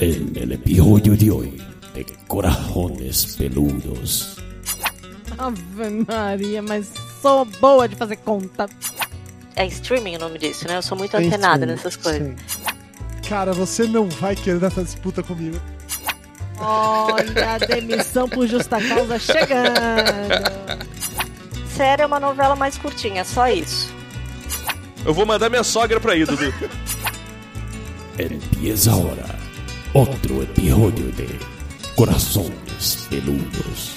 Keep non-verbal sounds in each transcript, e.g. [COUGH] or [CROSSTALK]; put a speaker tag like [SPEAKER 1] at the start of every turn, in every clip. [SPEAKER 1] En el episodio de hoy, de Corajones Peludos.
[SPEAKER 2] Ave Maria, mas sou boa de fazer conta.
[SPEAKER 3] É streaming o nome disso, né? Eu sou muito
[SPEAKER 4] Tem
[SPEAKER 3] antenada
[SPEAKER 4] É streaming,
[SPEAKER 3] nessas coisas.
[SPEAKER 4] sim. Cara, você não vai querer essa disputa comigo.
[SPEAKER 2] Olha a demissão por justa causa chegando.
[SPEAKER 3] Sério, é uma novela mais curtinha, só isso.
[SPEAKER 5] Eu vou mandar minha sogra pra aí, Dudu.
[SPEAKER 1] Empieza ahora otro episodio de Corazones Peludos,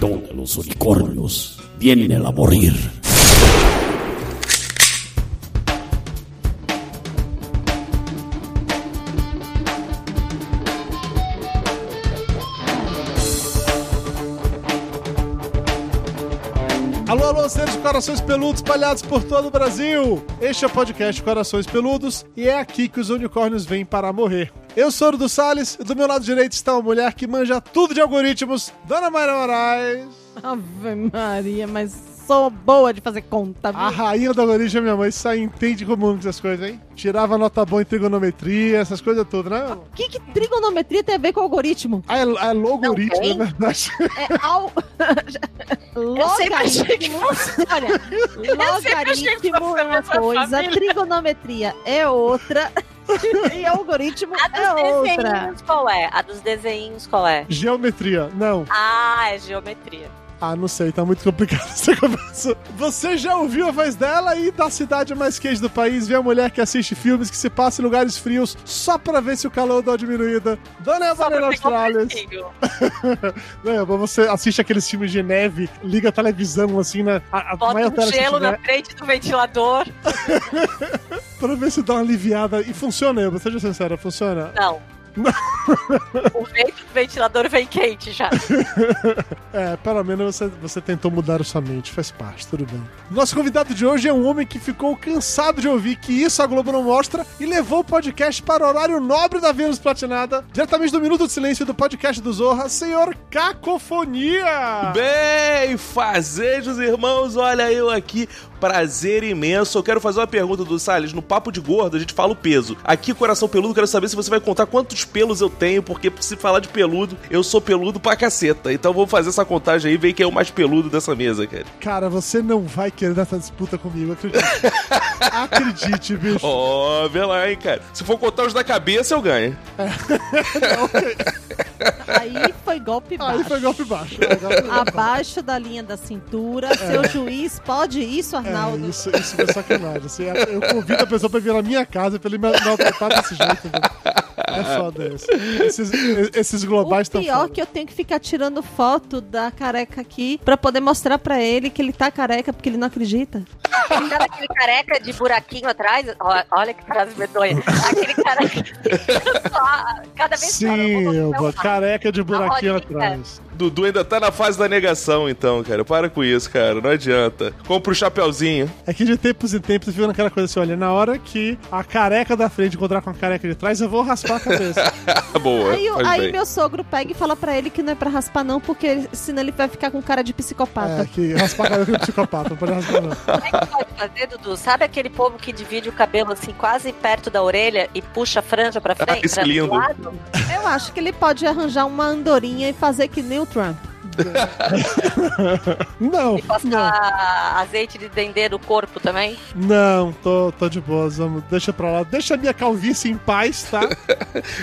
[SPEAKER 1] donde los unicornios vienen a morir.
[SPEAKER 4] Alô, alô, seres de corações peludos espalhados por todo o Brasil! Este é o podcast Corações Peludos e é aqui que os unicórnios vêm para morrer. Eu sou o do Salles e do meu lado direito está uma mulher que manja tudo de algoritmos, Dona Maria Moraes,
[SPEAKER 2] Ave Maria, mas sou boa de fazer conta. viu?
[SPEAKER 4] a rainha do algoritmo, é minha mãe, só entende como essas coisas, hein? Tirava nota boa em trigonometria, essas coisas todas, né?
[SPEAKER 2] O que, que trigonometria tem a ver com algoritmo?
[SPEAKER 4] Ah, é, é logoritmo,
[SPEAKER 3] Não,
[SPEAKER 4] na verdade. [LAUGHS]
[SPEAKER 2] É al... [LAUGHS]
[SPEAKER 3] sempre achei que
[SPEAKER 2] logaritmo. Olha, logaritmo é uma coisa, trigonometria é
[SPEAKER 3] [LAUGHS]
[SPEAKER 2] outra e algoritmo
[SPEAKER 3] A
[SPEAKER 2] é
[SPEAKER 3] dos
[SPEAKER 2] outra.
[SPEAKER 3] desenhinhos qual é? A dos desenhinhos qual é?
[SPEAKER 4] Geometria, não.
[SPEAKER 3] Ah, é geometria.
[SPEAKER 4] Ah, não sei, tá muito complicado [LAUGHS] essa conversa. Você já ouviu a voz dela e da cidade mais quente do país, vê a mulher que assiste filmes que se passa em lugares frios só pra ver se o calor dá uma diminuída.
[SPEAKER 3] Só
[SPEAKER 4] Dona Eva
[SPEAKER 3] pra pegar um
[SPEAKER 4] Australis.
[SPEAKER 3] fresquinho.
[SPEAKER 4] Não, você assiste aqueles filmes de neve, liga a televisão assim, né? A, a
[SPEAKER 3] Bota
[SPEAKER 4] maior
[SPEAKER 3] um
[SPEAKER 4] tela que
[SPEAKER 3] gelo
[SPEAKER 4] tiver,
[SPEAKER 3] na frente do ventilador.
[SPEAKER 4] Pra ver se dá uma aliviada. E funciona, Eva, seja sincera, funciona. [LAUGHS]
[SPEAKER 3] Não. o vento do ventilador vem quente já.
[SPEAKER 4] É, pelo menos você, você tentou mudar a sua mente, faz parte, tudo bem. Nosso convidado de hoje é um homem que ficou cansado de ouvir que isso a Globo não mostra e levou o podcast para o horário nobre da Vênus Platinada, diretamente do Minuto de Silêncio do podcast do Zorra, senhor Cacofonia!
[SPEAKER 5] Bem, fazejos, irmãos, olha eu aqui. Prazer imenso. Eu quero fazer uma pergunta do Salles. No papo de gordo, a gente fala o peso. Aqui, coração peludo, eu quero saber se você vai contar quantos pelos eu tenho, porque se falar de peludo, eu sou peludo pra caceta. Então vou fazer essa contagem aí e ver quem é o mais peludo dessa mesa, cara.
[SPEAKER 4] Cara, você não vai querer essa disputa comigo, acredite. acredite, bicho.
[SPEAKER 5] Ó, vê lá, hein, cara. Se for contar os da cabeça, eu ganho.
[SPEAKER 2] Aí foi golpe
[SPEAKER 4] Aí
[SPEAKER 2] baixo.
[SPEAKER 4] foi golpe baixo. é, golpe baixo.
[SPEAKER 2] Abaixo da linha da cintura, seu juiz pode isso, Arnaldo.
[SPEAKER 4] É, isso, isso é sacanagem. assim, eu convido a pessoa pra vir na minha casa pra ele me maltratar desse jeito. né? É foda isso. Esses, esses globais
[SPEAKER 2] O
[SPEAKER 4] estão
[SPEAKER 2] pior é
[SPEAKER 4] foda.
[SPEAKER 2] que eu tenho que ficar tirando foto da careca aqui pra poder mostrar pra ele que ele tá careca porque ele não acredita.
[SPEAKER 3] Sabe aquele careca de buraquinho atrás? Ó, Olha que frase medonha. Aquele
[SPEAKER 4] [LAUGHS]
[SPEAKER 3] careca. Só- Cada vez
[SPEAKER 4] Sim,
[SPEAKER 3] eu
[SPEAKER 4] Elba, careca de buraquinho
[SPEAKER 3] rodinha.
[SPEAKER 4] atrás.
[SPEAKER 5] Dudu ainda tá na fase da negação, então, cara. Para com isso, cara. Não adianta. Compra o [LAUGHS] chapeuzinho.
[SPEAKER 4] É que de tempos em tempos fica naquela coisa assim: olha, na hora que a careca da frente encontrar com a careca de trás, eu vou raspar
[SPEAKER 2] [LAUGHS]
[SPEAKER 4] a cabeça.
[SPEAKER 5] Ah, Boa.
[SPEAKER 2] aí o-
[SPEAKER 5] faz
[SPEAKER 2] aí
[SPEAKER 5] bem.
[SPEAKER 2] meu sogro pega e fala pra ele que não é pra raspar não, porque ele- senão ele vai ficar com cara de
[SPEAKER 4] é,
[SPEAKER 2] psicopata.
[SPEAKER 4] que raspar a cabeça é um psicopata, não pode raspar não.
[SPEAKER 3] Como é que pode fazer, Dudu? Sabe aquele povo que divide o cabelo assim, quase perto da orelha e puxa a franja pra frente?
[SPEAKER 5] isso é
[SPEAKER 3] pra-
[SPEAKER 5] lindo.
[SPEAKER 3] pro lado?
[SPEAKER 4] É.
[SPEAKER 2] Eu acho que ele pode arranjar uma andorinha e fazer que nem o Trump.
[SPEAKER 4] Não,
[SPEAKER 3] E passar azeite de dendê no corpo também?
[SPEAKER 4] não, tô, tô de boas, vamos, deixa pra lá. Deixa a minha calvície em paz, tá?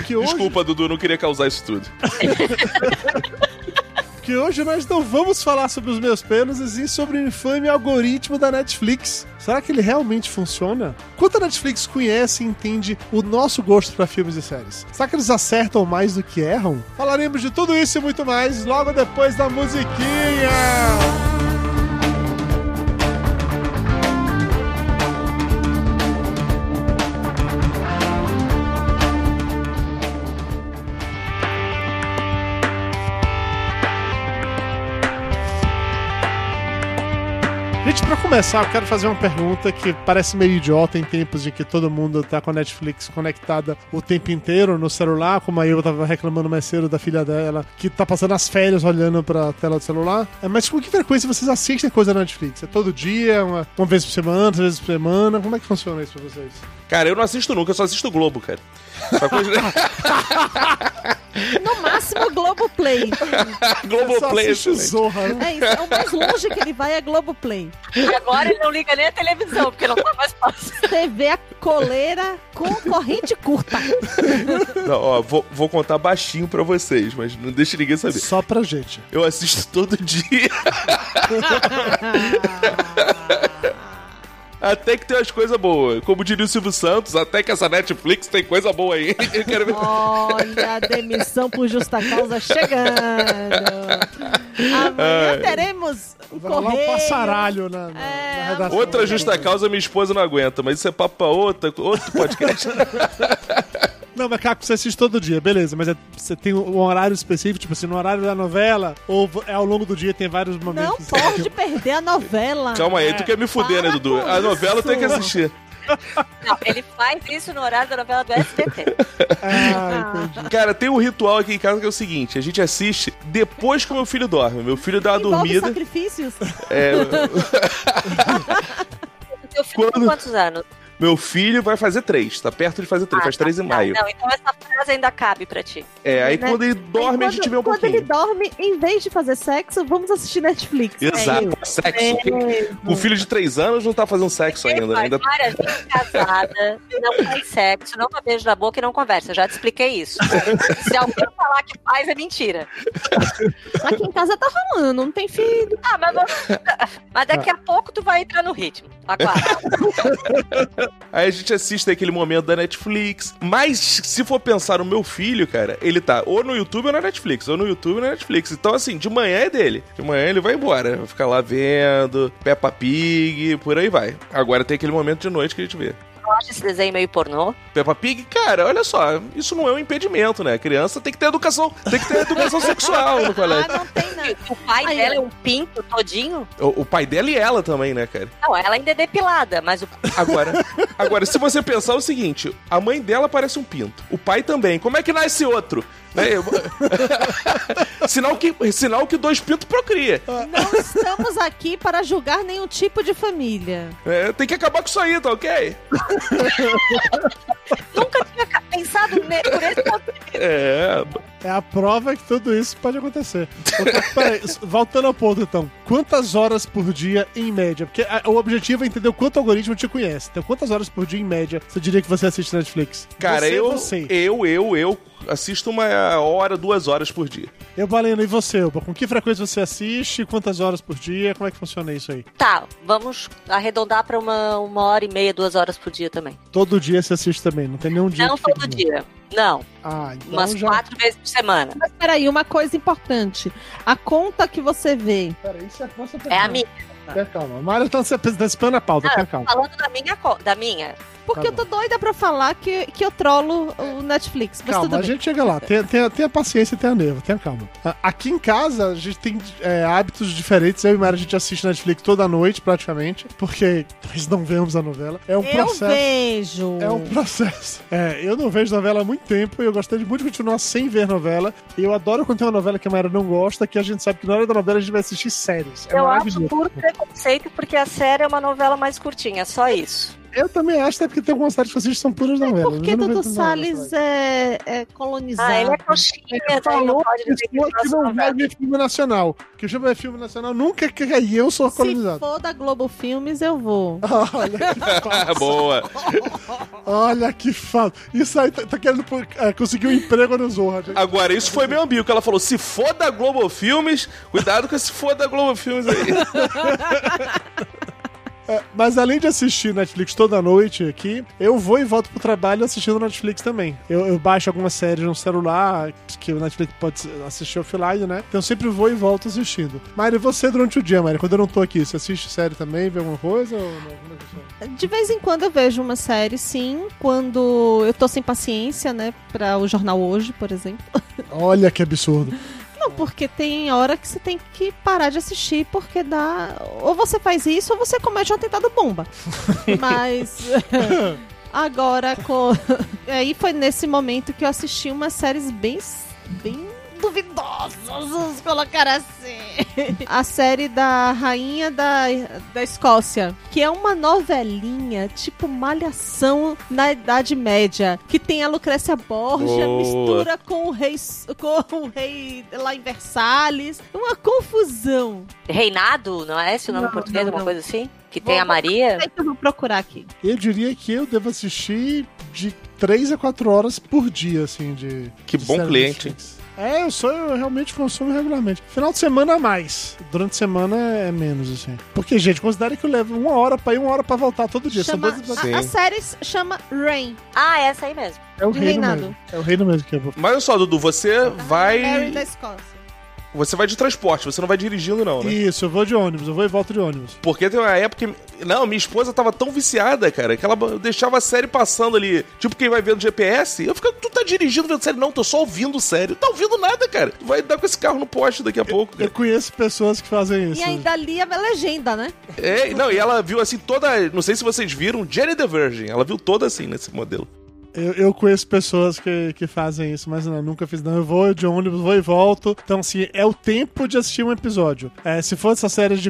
[SPEAKER 4] Que hoje
[SPEAKER 5] Desculpa, Dudu, não queria causar isso tudo.
[SPEAKER 4] que hoje nós não vamos falar sobre os meus pênis e sim sobre o infame algoritmo da Netflix. Será que ele realmente funciona? Quanto a Netflix conhece e entende o nosso gosto pra filmes e séries? Será que eles acertam mais do que erram? Falaremos de tudo isso e muito mais logo depois da musiquinha. Gente, pra começar, eu quero fazer uma pergunta que parece meio idiota em tempos de que todo mundo tá com a Netflix conectada o tempo inteiro no celular, como a eu tava reclamando mais cedo da filha dela, que tá passando as férias olhando pra tela do celular. É, Mas com que frequência vocês assistem coisa na Netflix? É todo dia? Uma, uma vez por semana? Duas vezes por semana? Como é que funciona isso pra vocês?
[SPEAKER 5] Cara, eu não assisto nunca, eu só assisto Globo, cara. Sacou?
[SPEAKER 4] [LAUGHS]
[SPEAKER 2] No máximo, Globoplay.
[SPEAKER 5] Globoplay.
[SPEAKER 4] Só assiste o Zorra. né?
[SPEAKER 2] É isso. É o mais longe que ele vai é Globoplay.
[SPEAKER 3] E agora ele não liga nem a televisão, porque não tá mais fácil.
[SPEAKER 2] TV a coleira com corrente curta.
[SPEAKER 5] Não, ó, vou, vou contar baixinho pra vocês, mas não deixe ninguém saber.
[SPEAKER 4] Só pra gente.
[SPEAKER 5] Eu assisto todo
[SPEAKER 4] [LAUGHS]
[SPEAKER 5] dia, até que tem umas coisas boas. Como diria o Silvio Santos, até que essa Netflix tem coisa boa aí. [LAUGHS] Eu quero ver.
[SPEAKER 2] Olha a demissão por justa causa chegando. Amanhã
[SPEAKER 5] Ai.
[SPEAKER 2] teremos um
[SPEAKER 4] Vai rolar um
[SPEAKER 2] correio.
[SPEAKER 4] passaralho na, na-
[SPEAKER 2] É,
[SPEAKER 4] na redação.
[SPEAKER 5] Outra tá justa causa minha esposa não aguenta, mas isso é papo pra outra,
[SPEAKER 4] [LAUGHS]
[SPEAKER 5] outro podcast.
[SPEAKER 4] Não, mas Caco, você assiste todo dia, beleza. Mas é- você tem um horário específico, tipo assim, no horário da novela? Ou é ao longo do dia, tem vários
[SPEAKER 2] Não
[SPEAKER 4] momentos?
[SPEAKER 2] pode perder a novela.
[SPEAKER 5] Calma aí, tu quer me fuder, né,
[SPEAKER 2] Para
[SPEAKER 5] Dudu?
[SPEAKER 2] com
[SPEAKER 5] A novela eu tenho que
[SPEAKER 2] isso.
[SPEAKER 5] assistir.
[SPEAKER 3] Não, ele faz isso no horário da novela do SBT.
[SPEAKER 4] [LAUGHS] Ah, entendi.
[SPEAKER 5] Cara, tem um ritual aqui em casa que é o seguinte: a gente assiste depois que o meu filho dorme. Meu filho dá uma
[SPEAKER 2] Envolve
[SPEAKER 5] tá dormida.
[SPEAKER 2] sacrifícios.
[SPEAKER 5] É,
[SPEAKER 3] Eu fico com
[SPEAKER 5] Quando-
[SPEAKER 3] quantos anos?
[SPEAKER 5] meu filho vai fazer três, tá perto de fazer três, faz
[SPEAKER 3] tá,
[SPEAKER 5] três e
[SPEAKER 3] tá.
[SPEAKER 5] maio.
[SPEAKER 3] Não, então essa frase ainda cabe pra ti.
[SPEAKER 5] É, aí
[SPEAKER 2] Né?
[SPEAKER 5] quando ele dorme,
[SPEAKER 2] Aí
[SPEAKER 5] a gente vê um
[SPEAKER 2] quando
[SPEAKER 5] pouquinho.
[SPEAKER 2] ele dorme, em vez de fazer sexo, vamos assistir Netflix. É
[SPEAKER 5] Exato, sexo. O filho de três anos não tá fazendo sexo
[SPEAKER 3] Ele
[SPEAKER 5] ainda.
[SPEAKER 3] faz,
[SPEAKER 5] ainda...
[SPEAKER 3] Olha, gente casada, não faz sexo, não dá beijo na boca e não conversa. Eu já te expliquei isso. Se alguém falar que faz, é mentira.
[SPEAKER 2] Aqui em casa tá rolando, não tem filho.
[SPEAKER 3] Ah, mas,
[SPEAKER 4] [LAUGHS]
[SPEAKER 3] vamos- mas daqui
[SPEAKER 4] Ah.
[SPEAKER 3] a pouco tu vai entrar no ritmo. tá
[SPEAKER 4] [LAUGHS]
[SPEAKER 3] Aguarda.
[SPEAKER 5] Aí a gente assiste aquele momento da Netflix. Mas se for pensar no meu filho, cara, ele tá ou no YouTube ou na Netflix, ou no YouTube ou na Netflix. Então, assim, de manhã é dele. De manhã ele vai embora. Vai ficar lá vendo, Peppa Pig, por aí vai. Agora tem aquele momento de noite que a gente vê.
[SPEAKER 3] Eu acho esse desenho meio pornô.
[SPEAKER 5] Peppa Pig, cara, olha só, isso não é um impedimento, né? A criança tem que ter educação, tem que ter educação sexual no colégio.
[SPEAKER 2] Ah, não tem nada.
[SPEAKER 3] O pai
[SPEAKER 2] Ai,
[SPEAKER 3] dela é
[SPEAKER 2] eu-
[SPEAKER 3] um pinto todinho.
[SPEAKER 5] O, o pai dela e ela também, né, cara?
[SPEAKER 3] Não, ela ainda é depilada, mas o
[SPEAKER 5] Agora, agora, se você pensar o seguinte, a mãe dela parece um pinto, o pai também. Como é que nasce outro? Né? Eu- [LAUGHS] sinal, que, sinal que dois pintos procria.
[SPEAKER 2] Não estamos aqui para julgar nenhum tipo de família.
[SPEAKER 5] É, tem que acabar com isso aí, tá ok?
[SPEAKER 3] nunca tinha ca- pensado ne- por esse ponto.
[SPEAKER 5] É.
[SPEAKER 4] É a prova que tudo isso pode acontecer. Ô, Caco, Peraí, s- voltando ao ponto então. Quantas horas por dia em média? Porque a- o objetivo é entender o quanto o algoritmo te conhece. Então, quantas horas por dia em média você diria que você assiste Netflix?
[SPEAKER 5] Cara,
[SPEAKER 4] você, é
[SPEAKER 5] eu,
[SPEAKER 4] Você.
[SPEAKER 5] eu, eu, eu assisto uma hora, duas horas por dia. [LAUGHS]
[SPEAKER 4] Eu, Baleno, e você, Elba? Com que frequência você assiste? Quantas horas por dia? Como é que funciona isso aí?
[SPEAKER 3] Tá, vamos arredondar pra uma, uma hora e meia, duas horas por dia também.
[SPEAKER 4] Todo dia você assiste também, não tem nenhum dia.
[SPEAKER 3] não
[SPEAKER 4] que fica
[SPEAKER 3] todo
[SPEAKER 4] de-
[SPEAKER 3] dia. Não,
[SPEAKER 4] Ah, então
[SPEAKER 3] umas
[SPEAKER 4] já.
[SPEAKER 3] quatro vezes por semana.
[SPEAKER 2] Mas peraí, uma coisa importante. A conta que você vê
[SPEAKER 4] Peraí, isso é nossa
[SPEAKER 3] É a minha.
[SPEAKER 4] Tenha calma. Mário tá se antecipando a pauta,
[SPEAKER 2] Ah,
[SPEAKER 4] tenha calma.
[SPEAKER 3] Falando da minha, co- da minha,
[SPEAKER 2] Porque
[SPEAKER 4] Tá
[SPEAKER 2] eu tô doida pra falar que, que eu trolo o Netflix. Mas
[SPEAKER 4] Calma,
[SPEAKER 2] tudo
[SPEAKER 4] a
[SPEAKER 2] bem.
[SPEAKER 4] gente chega lá. Tenha, tenha, tenha paciência e tenha nervo, tenha calma. A- Aqui em casa, a gente tem é, hábitos diferentes. Eu e Mário, a gente assiste Netflix toda noite, praticamente, porque nós não vemos a novela. É um
[SPEAKER 2] eu
[SPEAKER 4] processo.
[SPEAKER 2] vejo.
[SPEAKER 4] É um processo. É, eu não vejo novela há muito tempo e eu gostaria de muito de continuar sem ver novela. E eu adoro quando tem uma novela que a Mayra não gosta, que a gente sabe que na hora da novela a gente vai assistir séries. É
[SPEAKER 3] eu acho
[SPEAKER 4] maravilhoso.
[SPEAKER 3] por preconceito, porque a série é uma novela mais curtinha, só isso.
[SPEAKER 4] Eu também acho, até porque tem algumas séries que eu assisto que são puras novelas.
[SPEAKER 2] Por que
[SPEAKER 4] Eu não
[SPEAKER 2] É Dudu
[SPEAKER 4] vejo novela,
[SPEAKER 2] Salles é, é colonizado?
[SPEAKER 3] Ah, ele
[SPEAKER 4] Tá
[SPEAKER 3] é coxinha,
[SPEAKER 4] Ele
[SPEAKER 3] né? Ele não
[SPEAKER 4] falou
[SPEAKER 3] pode dizer que
[SPEAKER 4] pessoa que
[SPEAKER 3] gosta
[SPEAKER 4] não
[SPEAKER 3] de novela.
[SPEAKER 4] vai ver filme nacional. Que chama de filme nacional nunca que aí eu sou
[SPEAKER 2] Se
[SPEAKER 4] colonizado.
[SPEAKER 2] for da Globo Filmes, eu vou.
[SPEAKER 4] Olha que
[SPEAKER 5] Ah,
[SPEAKER 4] fácil.
[SPEAKER 5] boa.
[SPEAKER 4] Olha que fácil. Isso aí tá, tá querendo pôr- é, conseguir um emprego no Zorra. gente.
[SPEAKER 5] Agora, isso foi meio ambíguo, que ela falou, se for da Globo Filmes, cuidado com esse for da Globo Filmes aí. [LAUGHS]
[SPEAKER 4] É, mas além de assistir Netflix toda noite aqui, eu vou e volto pro trabalho assistindo Netflix também. Eu, eu baixo algumas séries no celular, que o Netflix pode assistir offline, né? Então eu sempre vou e volto assistindo. Mário, e você durante o dia, Mário? Quando eu não tô aqui, você assiste série também, vê alguma coisa? Ou não? Como é que funciona?
[SPEAKER 2] De vez em quando eu vejo uma série, sim. Quando eu tô sem paciência, né? Pra o Jornal Hoje, por exemplo.
[SPEAKER 4] Olha que absurdo.
[SPEAKER 2] Não, porque tem hora que você tem que parar de assistir, porque dá. Ou você faz isso, ou você comete um atentado bomba. [LAUGHS] Mas. [LAUGHS] Agora, com... aí foi nesse momento que eu assisti umas séries bem. bem duvidosos, colocar assim. [LAUGHS] A série da Rainha da, da Escócia, que é uma novelinha tipo Malhação na Idade Média, que tem a Lucrécia Borgia,
[SPEAKER 5] Boa.
[SPEAKER 2] mistura com o rei com o rei lá em Versalhes. Uma confusão.
[SPEAKER 3] Reinado, não é esse o nome
[SPEAKER 2] Não,
[SPEAKER 3] em português?
[SPEAKER 2] não,
[SPEAKER 3] alguma
[SPEAKER 2] não.
[SPEAKER 3] coisa assim? Que
[SPEAKER 2] Vou-
[SPEAKER 3] tem a Maria?
[SPEAKER 2] Aí É que eu vou procurar aqui.
[SPEAKER 4] Eu diria que eu devo assistir de 3 a 4 horas por dia, assim, de.
[SPEAKER 5] Que
[SPEAKER 4] de
[SPEAKER 5] bom
[SPEAKER 4] série
[SPEAKER 5] cliente.
[SPEAKER 4] Netflix. É, eu sou, eu realmente consumo regularmente. Final de semana a mais. Durante a semana é menos, assim. Porque, gente, considere que eu levo uma hora pra ir, uma hora pra voltar todo dia.
[SPEAKER 2] Chama,
[SPEAKER 4] São dois...
[SPEAKER 5] Sim.
[SPEAKER 2] a, a série chama Rain.
[SPEAKER 3] Ah, essa aí mesmo.
[SPEAKER 4] É o
[SPEAKER 2] de
[SPEAKER 4] reino
[SPEAKER 2] reinado.
[SPEAKER 4] mesmo. É o reino mesmo que eu vou.
[SPEAKER 5] Mas olha só, Dudu, você
[SPEAKER 2] Mary
[SPEAKER 5] vai.
[SPEAKER 2] da Escócia.
[SPEAKER 5] Você vai de transporte, você não vai dirigindo, não, né?
[SPEAKER 4] Isso, eu vou de ônibus, eu vou e volto de ônibus.
[SPEAKER 5] Porque tem uma época. que- Não, minha esposa tava tão viciada, cara, que ela deixava a série passando ali. Tipo, quem vai vendo GPS, eu ficava, tu tá dirigindo vendo série? Não, tô só ouvindo série. Não tá ouvindo nada, cara. Tu vai dar com esse carro no poste daqui a pouco,
[SPEAKER 4] Eu
[SPEAKER 5] [LAUGHS] cara.
[SPEAKER 4] conheço pessoas que fazem isso.
[SPEAKER 2] E ainda ali a legenda, né?
[SPEAKER 5] É, não, e ela viu assim toda. Não sei se vocês viram, Jenny the Virgin. Ela viu toda assim nesse modelo.
[SPEAKER 4] Eu, eu conheço pessoas que, que fazem isso, mas não, nunca fiz não. Eu vou de ônibus, vou e volto. Então, assim, é o tempo de assistir um episódio. É, se for essa série de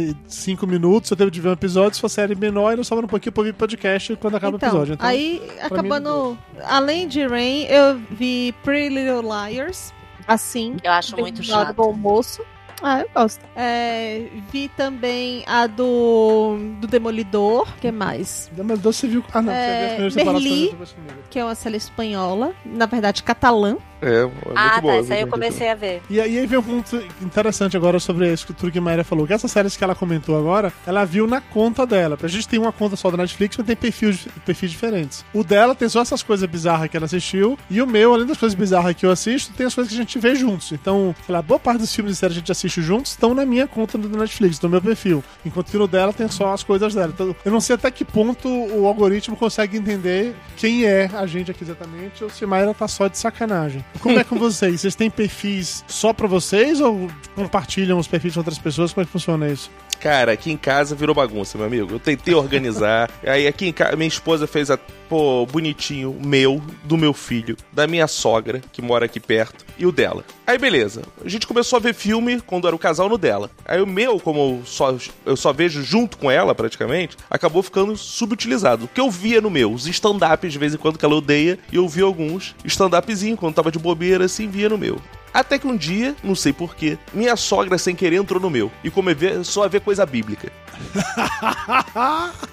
[SPEAKER 4] 45 minutos, eu tenho de ver um episódio. Se for série menor, eu sobra um pouquinho pra ouvir podcast quando acaba
[SPEAKER 2] então,
[SPEAKER 4] o episódio. Então,
[SPEAKER 2] aí acabando. Além de Rain, eu vi Pretty Little Liars. Assim.
[SPEAKER 3] Eu acho muito
[SPEAKER 2] do lado
[SPEAKER 3] chato.
[SPEAKER 2] do almoço. Ah, eu gosto. É, vi também a do, do Demolidor. que mais?
[SPEAKER 4] Mas você viu. Ah, não.
[SPEAKER 2] É,
[SPEAKER 4] você viu as primeiras temporadas,
[SPEAKER 2] Merli.
[SPEAKER 4] depois você viu.
[SPEAKER 2] Que é uma série espanhola. Na verdade, catalã.
[SPEAKER 5] É, é muito
[SPEAKER 3] Ah,
[SPEAKER 5] boa,
[SPEAKER 3] tá. Essa aí
[SPEAKER 5] viu,
[SPEAKER 3] eu
[SPEAKER 5] Jenny?
[SPEAKER 3] comecei a ver.
[SPEAKER 4] E aí vem um ponto interessante agora sobre isso que o Turk Maia falou. Que essas séries que ela comentou agora, ela viu na conta dela. A gente tem uma conta só da Netflix, mas tem perfis, perfis diferentes. O dela tem só essas coisas bizarras que ela assistiu. E o meu, além das coisas bizarras que eu assisto, tem as coisas que a gente vê juntos. Então, sei lá, boa parte dos filmes e séries que a gente assiste juntos estão na minha conta do Netflix, no meu perfil. Enquanto que no dela tem só as coisas dela. Então, eu não sei até que ponto o algoritmo consegue entender quem é a gente aqui exatamente ou se Mayra tá só de sacanagem. Como é
[SPEAKER 5] [LAUGHS]
[SPEAKER 4] com vocês? Vocês têm perfis só pra vocês ou compartilham os perfis de outras pessoas? Como é que funciona isso? [LAUGHS]
[SPEAKER 5] Cara, aqui em casa virou bagunça, meu amigo. Eu tentei organizar. aí aqui em casa, minha esposa fez a. Pô, bonitinho, meu, do meu filho, da minha sogra, que mora aqui perto, e o dela. Aí beleza. A gente começou a ver filme quando era o casal no dela. Aí o meu, como eu só, eu só vejo junto com ela praticamente, acabou ficando subutilizado. O que eu via no meu, os stand-ups de vez em quando que ela odeia, e eu vi alguns stand-upzinho quando tava de bobeira, assim, via no meu. Até que um dia, não sei porquê, minha sogra sem querer entrou no meu e começou a ver coisa bíblica.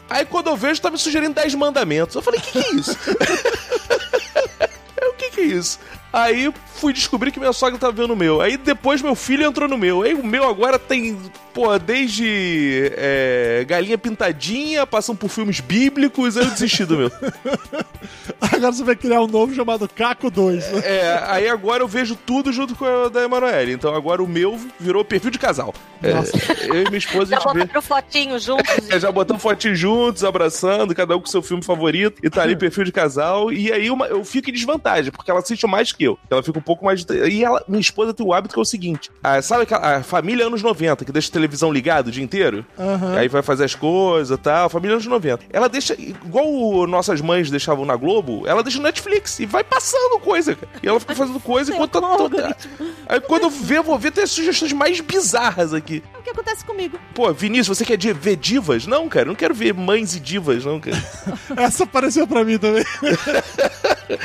[SPEAKER 5] Aí quando eu vejo, tá me sugerindo 10 mandamentos. Eu falei, o que, que é isso? [LAUGHS] Eu, o que, que é isso? Aí fui descobrir que minha sogra tava vendo o meu. Aí depois meu filho entrou no meu. Aí o meu agora tem, pô, desde é, Galinha Pintadinha, passando por filmes bíblicos, aí eu desisti do meu.
[SPEAKER 4] Agora você vai criar um novo chamado Caco 2. né?
[SPEAKER 5] É, aí agora eu vejo tudo junto com a da Emanuele. Então agora o meu virou perfil de casal. É,
[SPEAKER 4] Nossa.
[SPEAKER 5] eu e minha esposa,
[SPEAKER 3] Já
[SPEAKER 5] a gente vê.
[SPEAKER 3] botando Então, fotinho juntos.
[SPEAKER 5] É, já botamos fotinho juntos, abraçando, cada um com seu filme favorito, e tá ali perfil de casal. E aí uma- eu fico em desvantagem, porque ela assiste mais que eu. Ela fica um pouco mais. E ela, minha esposa tem o hábito que é o seguinte: ah, sabe aquela, a família anos 90, que deixa a televisão ligada o dia inteiro?
[SPEAKER 4] Aham.
[SPEAKER 5] E Aí vai fazer as coisas e tal. Família anos 90. Ela deixa, igual o- nossas mães deixavam na Globo, ela deixa no Netflix e vai passando coisa, cara. E ela fica fazendo coisa enquanto tá toda. Aí quando eu ver, eu vou ver, tem as sugestões mais bizarras aqui.
[SPEAKER 2] É o que acontece comigo.
[SPEAKER 5] Pô, Vinícius, você quer di- ver divas? Não, cara, eu não quero ver mães e divas, não, cara.
[SPEAKER 4] Essa apareceu pra mim também. [LAUGHS]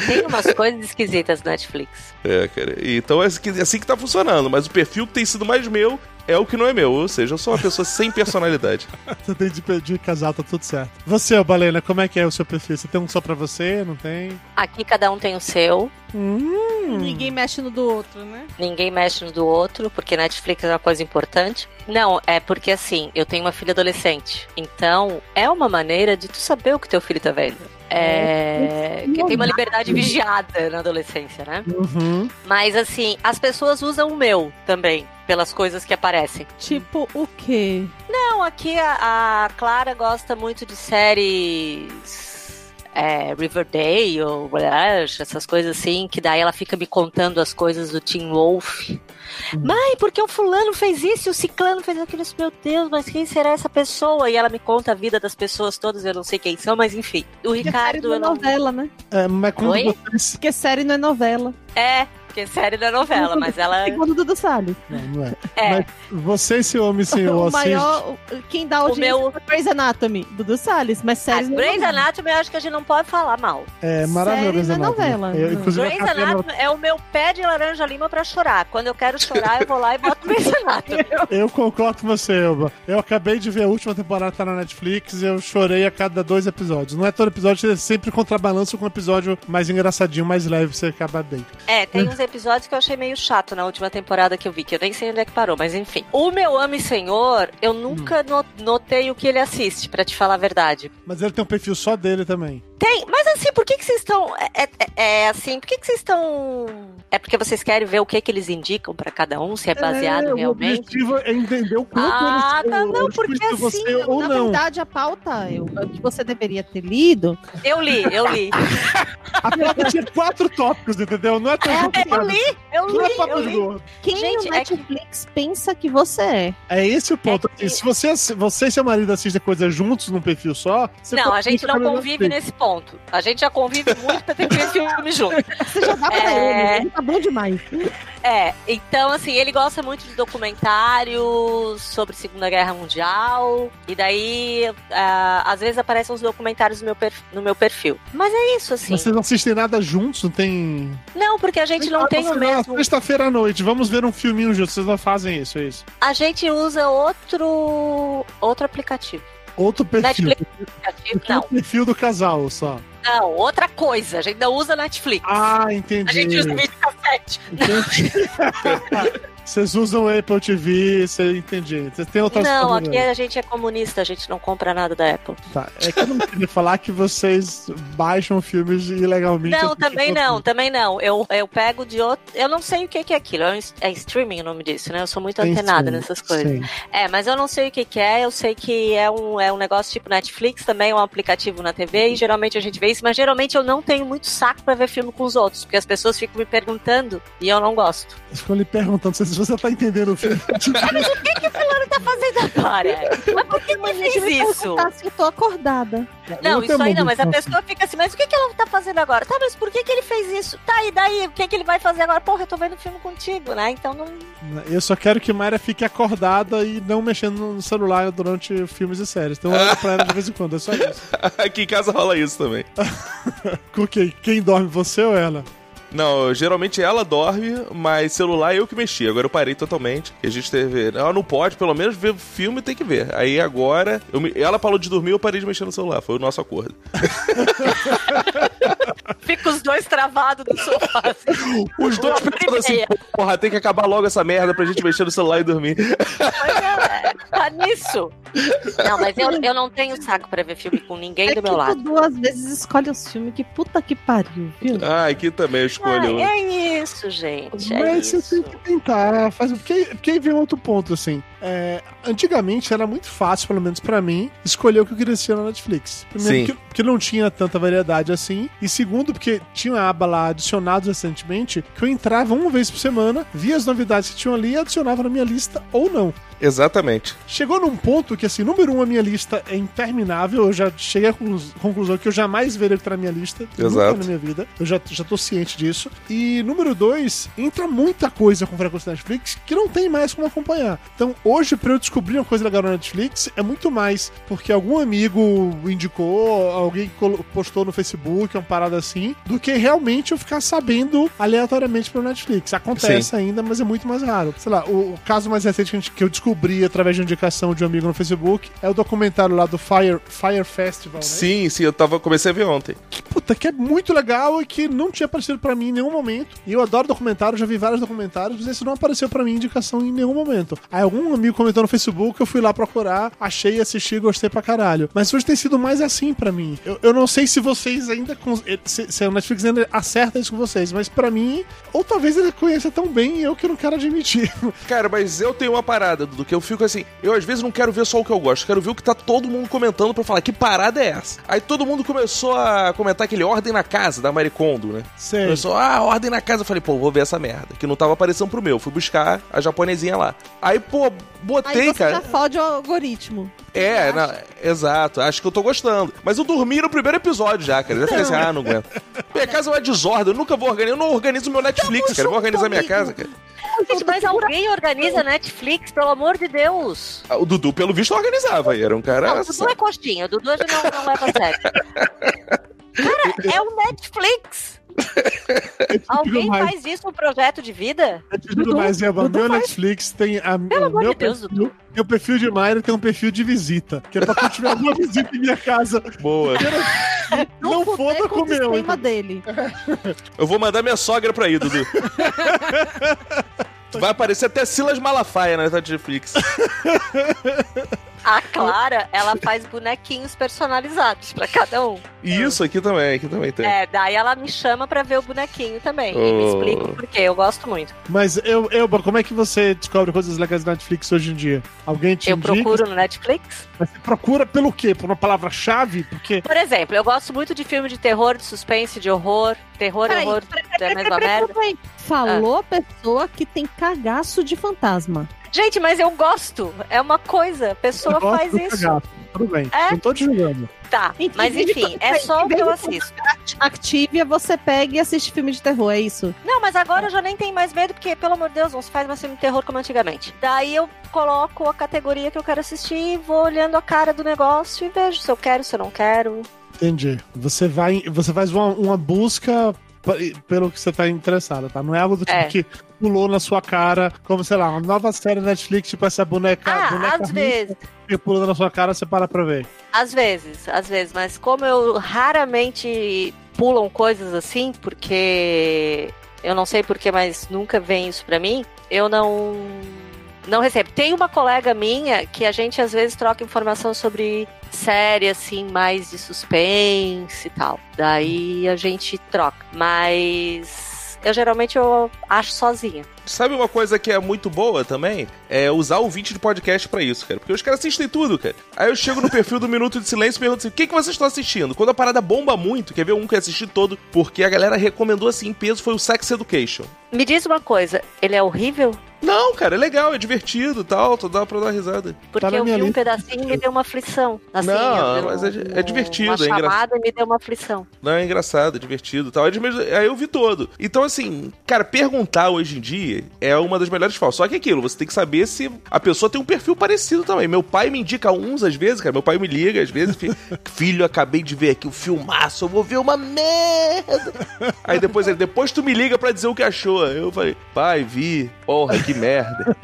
[SPEAKER 3] Tem
[SPEAKER 5] [LAUGHS]
[SPEAKER 3] umas coisas esquisitas no Netflix.
[SPEAKER 5] É, cara. Então é assim que- é assim que tá funcionando, mas o perfil que tem sido mais meu é o que não é meu, ou seja, eu sou uma pessoa sem personalidade. [LAUGHS]
[SPEAKER 4] Você tem de, de casal, tá tudo certo. Você, ô Balena, como é que é o seu perfil? Você tem um só pra você? Não tem?
[SPEAKER 3] Aqui cada um tem o seu.
[SPEAKER 2] Ninguém mexe no do outro, né?
[SPEAKER 3] Ninguém mexe no do outro, porque Netflix é uma coisa importante. Não, é porque assim, eu tenho uma filha adolescente. Então, é uma maneira de tu saber o que teu filho tá vendo. É. Que tem uma liberdade vigiada na adolescência, né?
[SPEAKER 4] Uhum.
[SPEAKER 3] Mas assim, as pessoas usam o meu também, pelas coisas que aparecem.
[SPEAKER 2] Tipo, o quê?
[SPEAKER 3] Não, aqui a, a Clara gosta muito de séries é, Riverdale, ou Blanche, essas coisas assim, que daí ela fica me contando as coisas do Tim Wolf. Mãe, porque o fulano fez isso, e o ciclano fez aquilo, Eu disse, meu Deus, mas quem será essa pessoa? E ela me conta a vida das pessoas todas, eu não sei quem são, mas enfim. O
[SPEAKER 2] Porque série
[SPEAKER 3] Ricardo,
[SPEAKER 2] não é
[SPEAKER 3] eu não...
[SPEAKER 2] novela, né?
[SPEAKER 4] É, mas quando
[SPEAKER 3] Oi?
[SPEAKER 4] vocês
[SPEAKER 2] Porque série não é novela.
[SPEAKER 3] É, porque porque é série da novela,
[SPEAKER 2] [LAUGHS]
[SPEAKER 3] mas ela.
[SPEAKER 2] Segundo o Dudu Salles.
[SPEAKER 4] Não, não é.
[SPEAKER 3] É,
[SPEAKER 4] Você, esse homem [LAUGHS] senhor,
[SPEAKER 2] [LAUGHS] o
[SPEAKER 4] assiste.
[SPEAKER 2] maior. Quem dá audiência
[SPEAKER 3] meu-
[SPEAKER 2] é Grey's Anatomy, Dudu Salles, mas
[SPEAKER 3] a
[SPEAKER 2] séries. não
[SPEAKER 3] Ah, Grey's
[SPEAKER 2] dá.
[SPEAKER 3] Anatomy eu acho que a gente não pode falar mal.
[SPEAKER 4] É maravilhoso.
[SPEAKER 2] série não é novela.
[SPEAKER 4] Eu,
[SPEAKER 2] Não.
[SPEAKER 4] inclusive,
[SPEAKER 3] Grey's
[SPEAKER 4] a capela-
[SPEAKER 3] Anatomy é o meu pé de laranja lima pra chorar. Quando eu quero chorar, eu vou lá e boto Grey's Anatomy.
[SPEAKER 4] [LAUGHS] eu concordo com você, Elba. Eu acabei de ver a última temporada que tá na Netflix e eu chorei a cada dois episódios. Não é todo episódio, eles sempre contrabalançam com um episódio mais engraçadinho, mais leve, pra você acabar bem.
[SPEAKER 3] É, tem uns episódios que eu achei meio chato na última temporada que eu vi, que eu nem sei onde é que parou, mas enfim. O meu Ame Senhor, eu
[SPEAKER 4] Hum.
[SPEAKER 3] nunca no- notei o que ele assiste, pra te falar a verdade.
[SPEAKER 4] Mas ele tem um perfil só dele também.
[SPEAKER 3] Tem, mas assim, por que que vocês estão. É, é- é assim, por que que vocês estão. É porque vocês querem ver o que que eles indicam pra cada um, se é baseado
[SPEAKER 4] É, O
[SPEAKER 3] realmente?
[SPEAKER 4] objetivo é entender o quanto é
[SPEAKER 3] Ah,
[SPEAKER 4] eles
[SPEAKER 3] tá,
[SPEAKER 4] eu-
[SPEAKER 3] não,
[SPEAKER 4] eu
[SPEAKER 3] porque
[SPEAKER 4] discuto você
[SPEAKER 2] Sim,
[SPEAKER 4] ou
[SPEAKER 2] na
[SPEAKER 4] não.
[SPEAKER 2] verdade, a pauta eu, que você deveria ter lido.
[SPEAKER 3] Eu li, eu
[SPEAKER 4] [LAUGHS]
[SPEAKER 3] li.
[SPEAKER 4] A pauta tinha quatro tópicos, entendeu? Não é tão
[SPEAKER 3] Eu
[SPEAKER 4] complicado.
[SPEAKER 3] li, eu
[SPEAKER 4] Não é
[SPEAKER 3] li, eu
[SPEAKER 4] papo de
[SPEAKER 3] li.
[SPEAKER 4] gordo.
[SPEAKER 2] Quem
[SPEAKER 3] Gente,
[SPEAKER 2] no
[SPEAKER 3] é que-
[SPEAKER 2] Netflix pensa que você é?
[SPEAKER 4] É esse o ponto.
[SPEAKER 3] É que-
[SPEAKER 4] E Se você, assi- você e seu marido assistem coisas juntos num perfil só, você
[SPEAKER 3] Não,
[SPEAKER 4] pode
[SPEAKER 3] a gente não
[SPEAKER 4] ficar
[SPEAKER 3] convive
[SPEAKER 4] na
[SPEAKER 3] nesse ponto. A gente já
[SPEAKER 4] [LAUGHS]
[SPEAKER 3] convive muito pra ter que ver filme junto.
[SPEAKER 2] Você já dá pra
[SPEAKER 3] [LAUGHS] É.
[SPEAKER 2] ele, ele tá bom demais.
[SPEAKER 3] É, então assim, ele gosta muito de documentários sobre Segunda Guerra Mundial. E daí, ah, às vezes aparecem uns documentários no meu, per- no meu perfil. Mas é isso, assim.
[SPEAKER 4] Vocês não assistem nada juntos, não tem.
[SPEAKER 3] Não, porque a gente não tem o
[SPEAKER 4] Vocês, ah,
[SPEAKER 3] mesmo.
[SPEAKER 4] Sexta-feira à noite, vamos ver um filminho juntos. Vocês não fazem isso, é isso.
[SPEAKER 3] A gente usa outro. outro aplicativo.
[SPEAKER 4] Outro perfil.
[SPEAKER 3] Netflix. Aplicativo?
[SPEAKER 4] Porque é o
[SPEAKER 3] Não,
[SPEAKER 4] perfil do casal só.
[SPEAKER 3] não, outra coisa. A gente não usa Netflix.
[SPEAKER 4] Ah,
[SPEAKER 3] a
[SPEAKER 4] entendi.
[SPEAKER 3] gente usa videocassete.
[SPEAKER 4] Entendi. [LAUGHS] Vocês usam Apple TV, você entendi. Vocês têm outras
[SPEAKER 3] Não,
[SPEAKER 4] coisas.
[SPEAKER 3] aqui a gente é comunista, a gente não compra nada da Apple.
[SPEAKER 4] Tá, É que eu não queria falar que vocês baixam filmes ilegalmente. assim, então,
[SPEAKER 3] Não, também não, também não. Eu, eu pego de outro. Eu não sei o que, que é aquilo. É, um s- é streaming o nome disso, né? Eu sou muito
[SPEAKER 4] Tem
[SPEAKER 3] antenada
[SPEAKER 4] sim,
[SPEAKER 3] nessas coisas.
[SPEAKER 4] Sim.
[SPEAKER 3] É, mas eu não sei o que, que é. Eu sei que é um, é um negócio tipo Netflix também, é um aplicativo na TV. E geralmente a gente vê isso, mas geralmente eu não tenho muito saco pra ver filme com os outros, porque as pessoas ficam me perguntando e eu não gosto.
[SPEAKER 4] Eles ficam lhe perguntando se você tá entendendo o filme.
[SPEAKER 3] Tá fazendo agora? Mas por que que
[SPEAKER 2] Gente, me
[SPEAKER 3] fez isso?
[SPEAKER 2] perguntar se eu tô acordada.
[SPEAKER 3] [LAUGHS] Não, isso aí não, mas a
[SPEAKER 4] pessoa.
[SPEAKER 3] pessoa fica assim, mas o que, que ela tá fazendo agora? Tá, mas por que, que ele fez isso? Tá, e daí? O que, que ele vai fazer agora? Porra, eu tô vendo filme contigo, né? Então não,
[SPEAKER 4] Eu só quero que Mayra fique acordada e não mexendo no celular durante filmes e séries. Então eu olho pra ela de vez em quando, é só isso.
[SPEAKER 5] Aqui em casa rola isso também.
[SPEAKER 4] Com quem? Quem dorme, você ou ela?
[SPEAKER 5] Não, geralmente ela dorme, mas celular eu que mexi. Agora eu parei totalmente. E a gente teve. Ela não pode, pelo menos ver filme tem que ver. Aí agora. eu me- Ela parou de dormir, eu parei de mexer no celular. Foi o nosso acordo.
[SPEAKER 3] Fica os dois travados no sofá. assim.
[SPEAKER 5] Os dois
[SPEAKER 3] Uma
[SPEAKER 5] pensando assim,
[SPEAKER 3] ideia.
[SPEAKER 5] porra, tem que acabar logo essa merda pra gente mexer no celular e dormir.
[SPEAKER 3] Mas é, é, tá nisso. Não, mas eu, eu não tenho saco pra ver filme com ninguém
[SPEAKER 2] É que
[SPEAKER 3] do meu lado.
[SPEAKER 2] tu duas vezes escolhe os filmes, que puta que pariu, viu?
[SPEAKER 5] Ah, aqui também né? eu escolho.
[SPEAKER 3] Ah, é isso, gente. É
[SPEAKER 4] Mas
[SPEAKER 3] isso.
[SPEAKER 4] você tem que tentar. é, Faz... Porque, porque aí vem outro ponto, assim. É, antigamente era muito fácil, pelo menos pra mim, escolher o que eu queria assistir na Netflix.
[SPEAKER 5] Sim.
[SPEAKER 4] Primeiro, porque, porque não tinha tanta variedade assim. E segundo, porque tinha uma aba lá adicionados recentemente, que eu entrava uma vez por semana, via as novidades que tinham ali e adicionava na minha lista ou não.
[SPEAKER 5] Exatamente.
[SPEAKER 4] Chegou num ponto que, assim, número um, a minha lista é interminável. Eu já cheguei à conclu- conclusão que eu jamais verei o que tá na minha lista. nunca
[SPEAKER 5] Exato.
[SPEAKER 4] na minha vida. Eu já, já tô ciente disso. E número dois, entra muita coisa com frequência na Netflix que não tem mais como acompanhar. Então, hoje, pra eu descobrir uma coisa legal na Netflix, é muito mais porque algum amigo indicou, alguém colo- postou no Facebook, uma parada assim, do que realmente eu ficar sabendo aleatoriamente pelo Netflix. Acontece
[SPEAKER 5] Sim.
[SPEAKER 4] ainda, mas é muito mais raro. Sei lá, o, o caso mais recente que, a gente- que eu descobri através de indicação de um amigo no Facebook é o documentário lá do Fire, Fire Festival, né?
[SPEAKER 5] Sim, sim, eu tava. Comecei a ver ontem.
[SPEAKER 4] Que, puta, que é muito legal e que não tinha aparecido pra mim em nenhum momento. E eu adoro documentário, já vi vários documentários, mas esse não apareceu pra mim em indicação em nenhum momento. Aí algum amigo comentou no Facebook, eu fui lá procurar, achei, assisti, gostei pra caralho. Mas hoje tem sido mais assim pra mim. Eu, eu não sei se vocês ainda. cons- eh, Se, se a Netflix ainda acerta isso com vocês, mas pra mim, ou talvez ele conheça tão bem e eu que não quero admitir. [LAUGHS]
[SPEAKER 5] Cara, mas eu tenho uma parada, Dudu, que eu fico assim, eu às vezes não quero ver só o que eu gosto, quero ver o que tá todo mundo comentando pra falar, que parada é essa? Aí todo mundo começou a comentar aquele Ordem na Casa, da Maricondo, né?
[SPEAKER 4] Sei.
[SPEAKER 5] Começou, ah, Ordem na Casa, eu falei, pô, vou ver essa merda, que não tava aparecendo pro meu, fui buscar a japonesinha lá. Aí, pô,
[SPEAKER 2] Aí
[SPEAKER 5] botei,
[SPEAKER 2] você
[SPEAKER 5] cara...
[SPEAKER 2] já fode o algoritmo.
[SPEAKER 5] É, não, exato. Acho que eu tô gostando. Mas eu dormi no primeiro episódio já, cara. Já falei assim, ah, não aguento. Minha casa é uma desordem, eu nunca vou organizar. Eu não organizo meu Netflix, cara. Eu vou organizar minha casa, cara.
[SPEAKER 3] Gente,
[SPEAKER 2] é
[SPEAKER 3] mas é um alguém organiza Netflix, pelo amor de Deus.
[SPEAKER 5] Ah, O Dudu, pelo visto, organizava. Era um cara.
[SPEAKER 3] Não, o Dudu é coxinha, o Dudu já não, não leva a sério. Cara, é o Netflix. Alguém
[SPEAKER 4] mais.
[SPEAKER 3] faz isso um projeto de vida?
[SPEAKER 4] Tudo mais, Eva. Meu Netflix tem a, o
[SPEAKER 3] amor
[SPEAKER 4] meu
[SPEAKER 3] de Deus,
[SPEAKER 4] perfil, meu perfil de Mayra tem um perfil de visita, que é pra quando tiver alguma [LAUGHS] visita em minha casa.
[SPEAKER 5] Boa.
[SPEAKER 4] Não
[SPEAKER 2] foder
[SPEAKER 4] foda com o meu, então.
[SPEAKER 2] o sistema é dele.
[SPEAKER 5] Eu vou mandar minha sogra pra aí, Dudu. Vai aparecer até Silas Malafaia na Netflix.
[SPEAKER 3] A Clara, ela faz bonequinhos personalizados pra cada um.
[SPEAKER 5] E isso aqui também, aqui também tem.
[SPEAKER 3] É, daí ela me chama pra ver o bonequinho também. E me
[SPEAKER 5] Oh.
[SPEAKER 3] explica por quê, eu gosto muito.
[SPEAKER 4] Mas, eu, Elba, como é que você descobre coisas legais na Netflix hoje em dia? Alguém te
[SPEAKER 3] Eu
[SPEAKER 4] indica?
[SPEAKER 3] procuro no Netflix.
[SPEAKER 4] Mas você procura pelo quê? Por uma palavra-chave? Porque
[SPEAKER 3] Por exemplo, eu gosto muito de filme de terror, de suspense, de horror. Terror,
[SPEAKER 2] Peraí,
[SPEAKER 3] horror, é Ah. a mesma merda.
[SPEAKER 2] Falou a pessoa que tem cagaço de fantasma.
[SPEAKER 3] Gente, mas eu gosto. É uma coisa. A pessoa
[SPEAKER 4] eu gosto
[SPEAKER 3] faz
[SPEAKER 4] do
[SPEAKER 3] isso.
[SPEAKER 4] cagaço. Tudo bem,
[SPEAKER 3] É?
[SPEAKER 4] não tô te julgando.
[SPEAKER 3] Tá.
[SPEAKER 2] Inclusive,
[SPEAKER 3] Mas enfim,
[SPEAKER 2] quando-
[SPEAKER 3] é só o
[SPEAKER 2] em vez
[SPEAKER 3] que eu
[SPEAKER 2] de
[SPEAKER 3] assisto.
[SPEAKER 2] Activia, você pega e assiste filme de terror, é isso?
[SPEAKER 3] Não, mas agora eu já nem tenho mais medo, porque, pelo amor de Deus, não se faz mais filme de terror como antigamente. Daí eu coloco a categoria que eu quero assistir, vou olhando a cara do negócio e vejo se eu quero, se eu não quero.
[SPEAKER 4] Entendi. Você, vai, você faz uma, uma busca p- pelo que você tá interessada, tá? Não é algo do tipo
[SPEAKER 3] É.
[SPEAKER 4] que pulou na sua cara, como, sei lá, uma nova série Netflix, tipo essa boneca,
[SPEAKER 3] Ah,
[SPEAKER 4] boneca
[SPEAKER 3] às
[SPEAKER 4] ruim
[SPEAKER 3] vezes.
[SPEAKER 4] que pulou na sua cara, você para pra ver.
[SPEAKER 3] Às vezes, às vezes, mas como eu raramente pulam coisas assim, porque eu não sei porquê, mas nunca vem isso pra mim, eu não não recebo. Tem uma colega minha que a gente às vezes troca informação sobre série assim, mais de suspense e tal. Daí a gente troca, mas eu geralmente eu acho sozinha.
[SPEAKER 5] Sabe uma coisa que é muito boa também? É usar o vídeo de podcast pra isso, cara. Porque os caras assistem tudo, cara. Aí eu chego no perfil do Minuto de Silêncio e pergunto assim: o que, que vocês estão assistindo? Quando a parada bomba muito, quer ver um que eu assisti todo, porque a galera recomendou assim em peso, foi o Sex Education.
[SPEAKER 3] Me diz uma coisa, ele é horrível?
[SPEAKER 5] Não, cara, é legal, é divertido e tal, tô- dá pra dar risada.
[SPEAKER 3] Porque
[SPEAKER 4] Tá na
[SPEAKER 3] eu
[SPEAKER 4] minha
[SPEAKER 3] vi um
[SPEAKER 4] lista.
[SPEAKER 3] pedacinho e me deu uma aflição. Assim,
[SPEAKER 5] Não,
[SPEAKER 3] eu vi
[SPEAKER 5] mas é- é divertido,
[SPEAKER 3] Uma
[SPEAKER 5] é engra-
[SPEAKER 3] chamada e me deu uma aflição. [LAUGHS]
[SPEAKER 5] Não, é engraçado, é divertido e tal. Aí de- Aí eu vi todo. Então, assim, cara, perguntar hoje em dia é uma das melhores formas. Só que é aquilo, você tem que saber se a pessoa tem um perfil parecido também. Meu pai me indica uns às vezes, cara. Meu pai me liga às vezes. fi- [LAUGHS] Filho, acabei de ver aqui o filmaço, eu vou ver uma merda. Aí depois ele, depois tu me liga pra dizer o que achou. Aí Eu falei, pai, vi. Porra, que merda.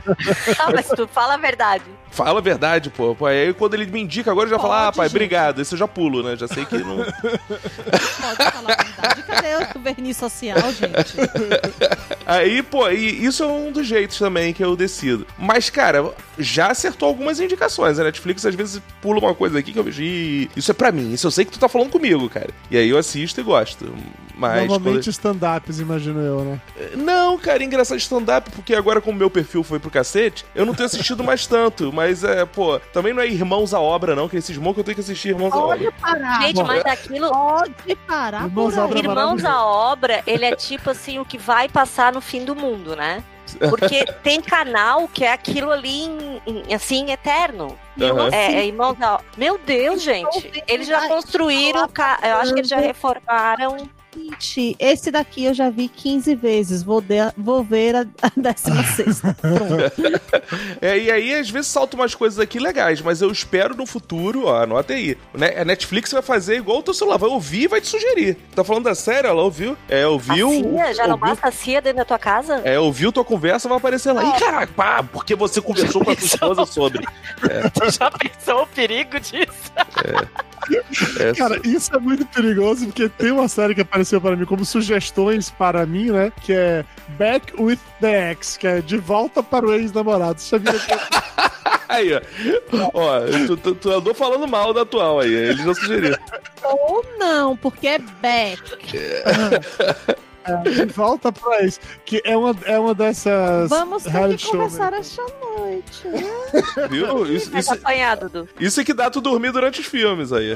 [SPEAKER 3] Ah, mas tu fala a verdade.
[SPEAKER 5] Fala a verdade, pô. pô. Aí quando ele me indica agora, eu já falo, ah,
[SPEAKER 2] Pode,
[SPEAKER 5] pai,
[SPEAKER 2] gente.
[SPEAKER 5] obrigado. Isso eu já pulo, né? Já sei que não.
[SPEAKER 2] Pode falar a verdade. Cadê o verniz social, gente?
[SPEAKER 5] Aí, pô, e isso é um dos jeitos também que eu decido. Mas, cara, já acertou algumas indicações. A Netflix às vezes pula uma coisa aqui que eu vejo. "Ih, Isso é pra mim, isso eu sei que tu tá falando comigo, cara. E aí eu assisto e gosto. Mas.
[SPEAKER 4] Normalmente stand-ups, imagino eu, né?
[SPEAKER 5] quando- Não, cara, é engraçado stand-up, porque agora, como meu perfil foi pro cacete, eu não tenho assistido mais tanto. Mas, é, pô, também não é Irmãos à Obra, não, que esses irmãos que eu tenho que assistir Irmãos à Obra.
[SPEAKER 2] Pode parar.
[SPEAKER 3] Gente,
[SPEAKER 4] Ah, bom.
[SPEAKER 3] mas aquilo.
[SPEAKER 2] Pode parar
[SPEAKER 4] Irmãos
[SPEAKER 2] por
[SPEAKER 4] obra
[SPEAKER 2] aí.
[SPEAKER 3] Irmãos à obra, ele é tipo assim, o que vai passar no fim do mundo,
[SPEAKER 5] [LAUGHS]
[SPEAKER 3] né? Porque tem canal que é aquilo ali, em- em- assim, eterno.
[SPEAKER 5] Aham.
[SPEAKER 3] É, é Irmãos à Obra. Meu Deus, gente. Eles já construíram. ca- Eu acho que
[SPEAKER 4] Uhum.
[SPEAKER 3] eles já reformaram.
[SPEAKER 2] Gente, esse daqui eu já vi 15 vezes. Vou, de- vou ver a, a 16.
[SPEAKER 4] [LAUGHS]
[SPEAKER 2] Pronto.
[SPEAKER 5] É, e aí, às vezes, saltam umas coisas aqui legais, mas eu espero no futuro, ó, anota aí. né, A Netflix vai fazer igual o teu celular, vai ouvir e vai te sugerir. Tá falando da série, ela ouviu? É,
[SPEAKER 3] A
[SPEAKER 5] ouviu.
[SPEAKER 3] CIA? Já não
[SPEAKER 5] ouviu,
[SPEAKER 3] basta a CIA dentro da tua casa?
[SPEAKER 5] é, ouviu tua conversa, vai aparecer lá.
[SPEAKER 3] É.
[SPEAKER 5] Ih, caraca, pá, porque você conversou com a tua esposa
[SPEAKER 3] [LAUGHS]
[SPEAKER 5] sobre.
[SPEAKER 3] Já pensou o perigo disso?
[SPEAKER 5] É,
[SPEAKER 4] Cara, isso é muito perigoso, porque tem uma série que apareceu para mim como sugestões para mim, né? Que é Back with the Ex, que é De Volta para o Ex-Namorado. Isso é minha-
[SPEAKER 5] aí, ó. Ó, tu, tu, tu andou falando mal da atual aí, ele já sugeriu.
[SPEAKER 2] Ou não, porque é back.
[SPEAKER 4] é De Volta para o Ex, que é uma, é uma dessas...
[SPEAKER 2] Vamos ter
[SPEAKER 4] reality
[SPEAKER 2] que
[SPEAKER 4] show,
[SPEAKER 2] conversar
[SPEAKER 4] né?
[SPEAKER 2] esta noite.
[SPEAKER 5] Viu? Isso,
[SPEAKER 3] Mas
[SPEAKER 5] isso,
[SPEAKER 3] Tá apanhado, Dudu.
[SPEAKER 5] isso é que dá tu dormir durante os filmes aí.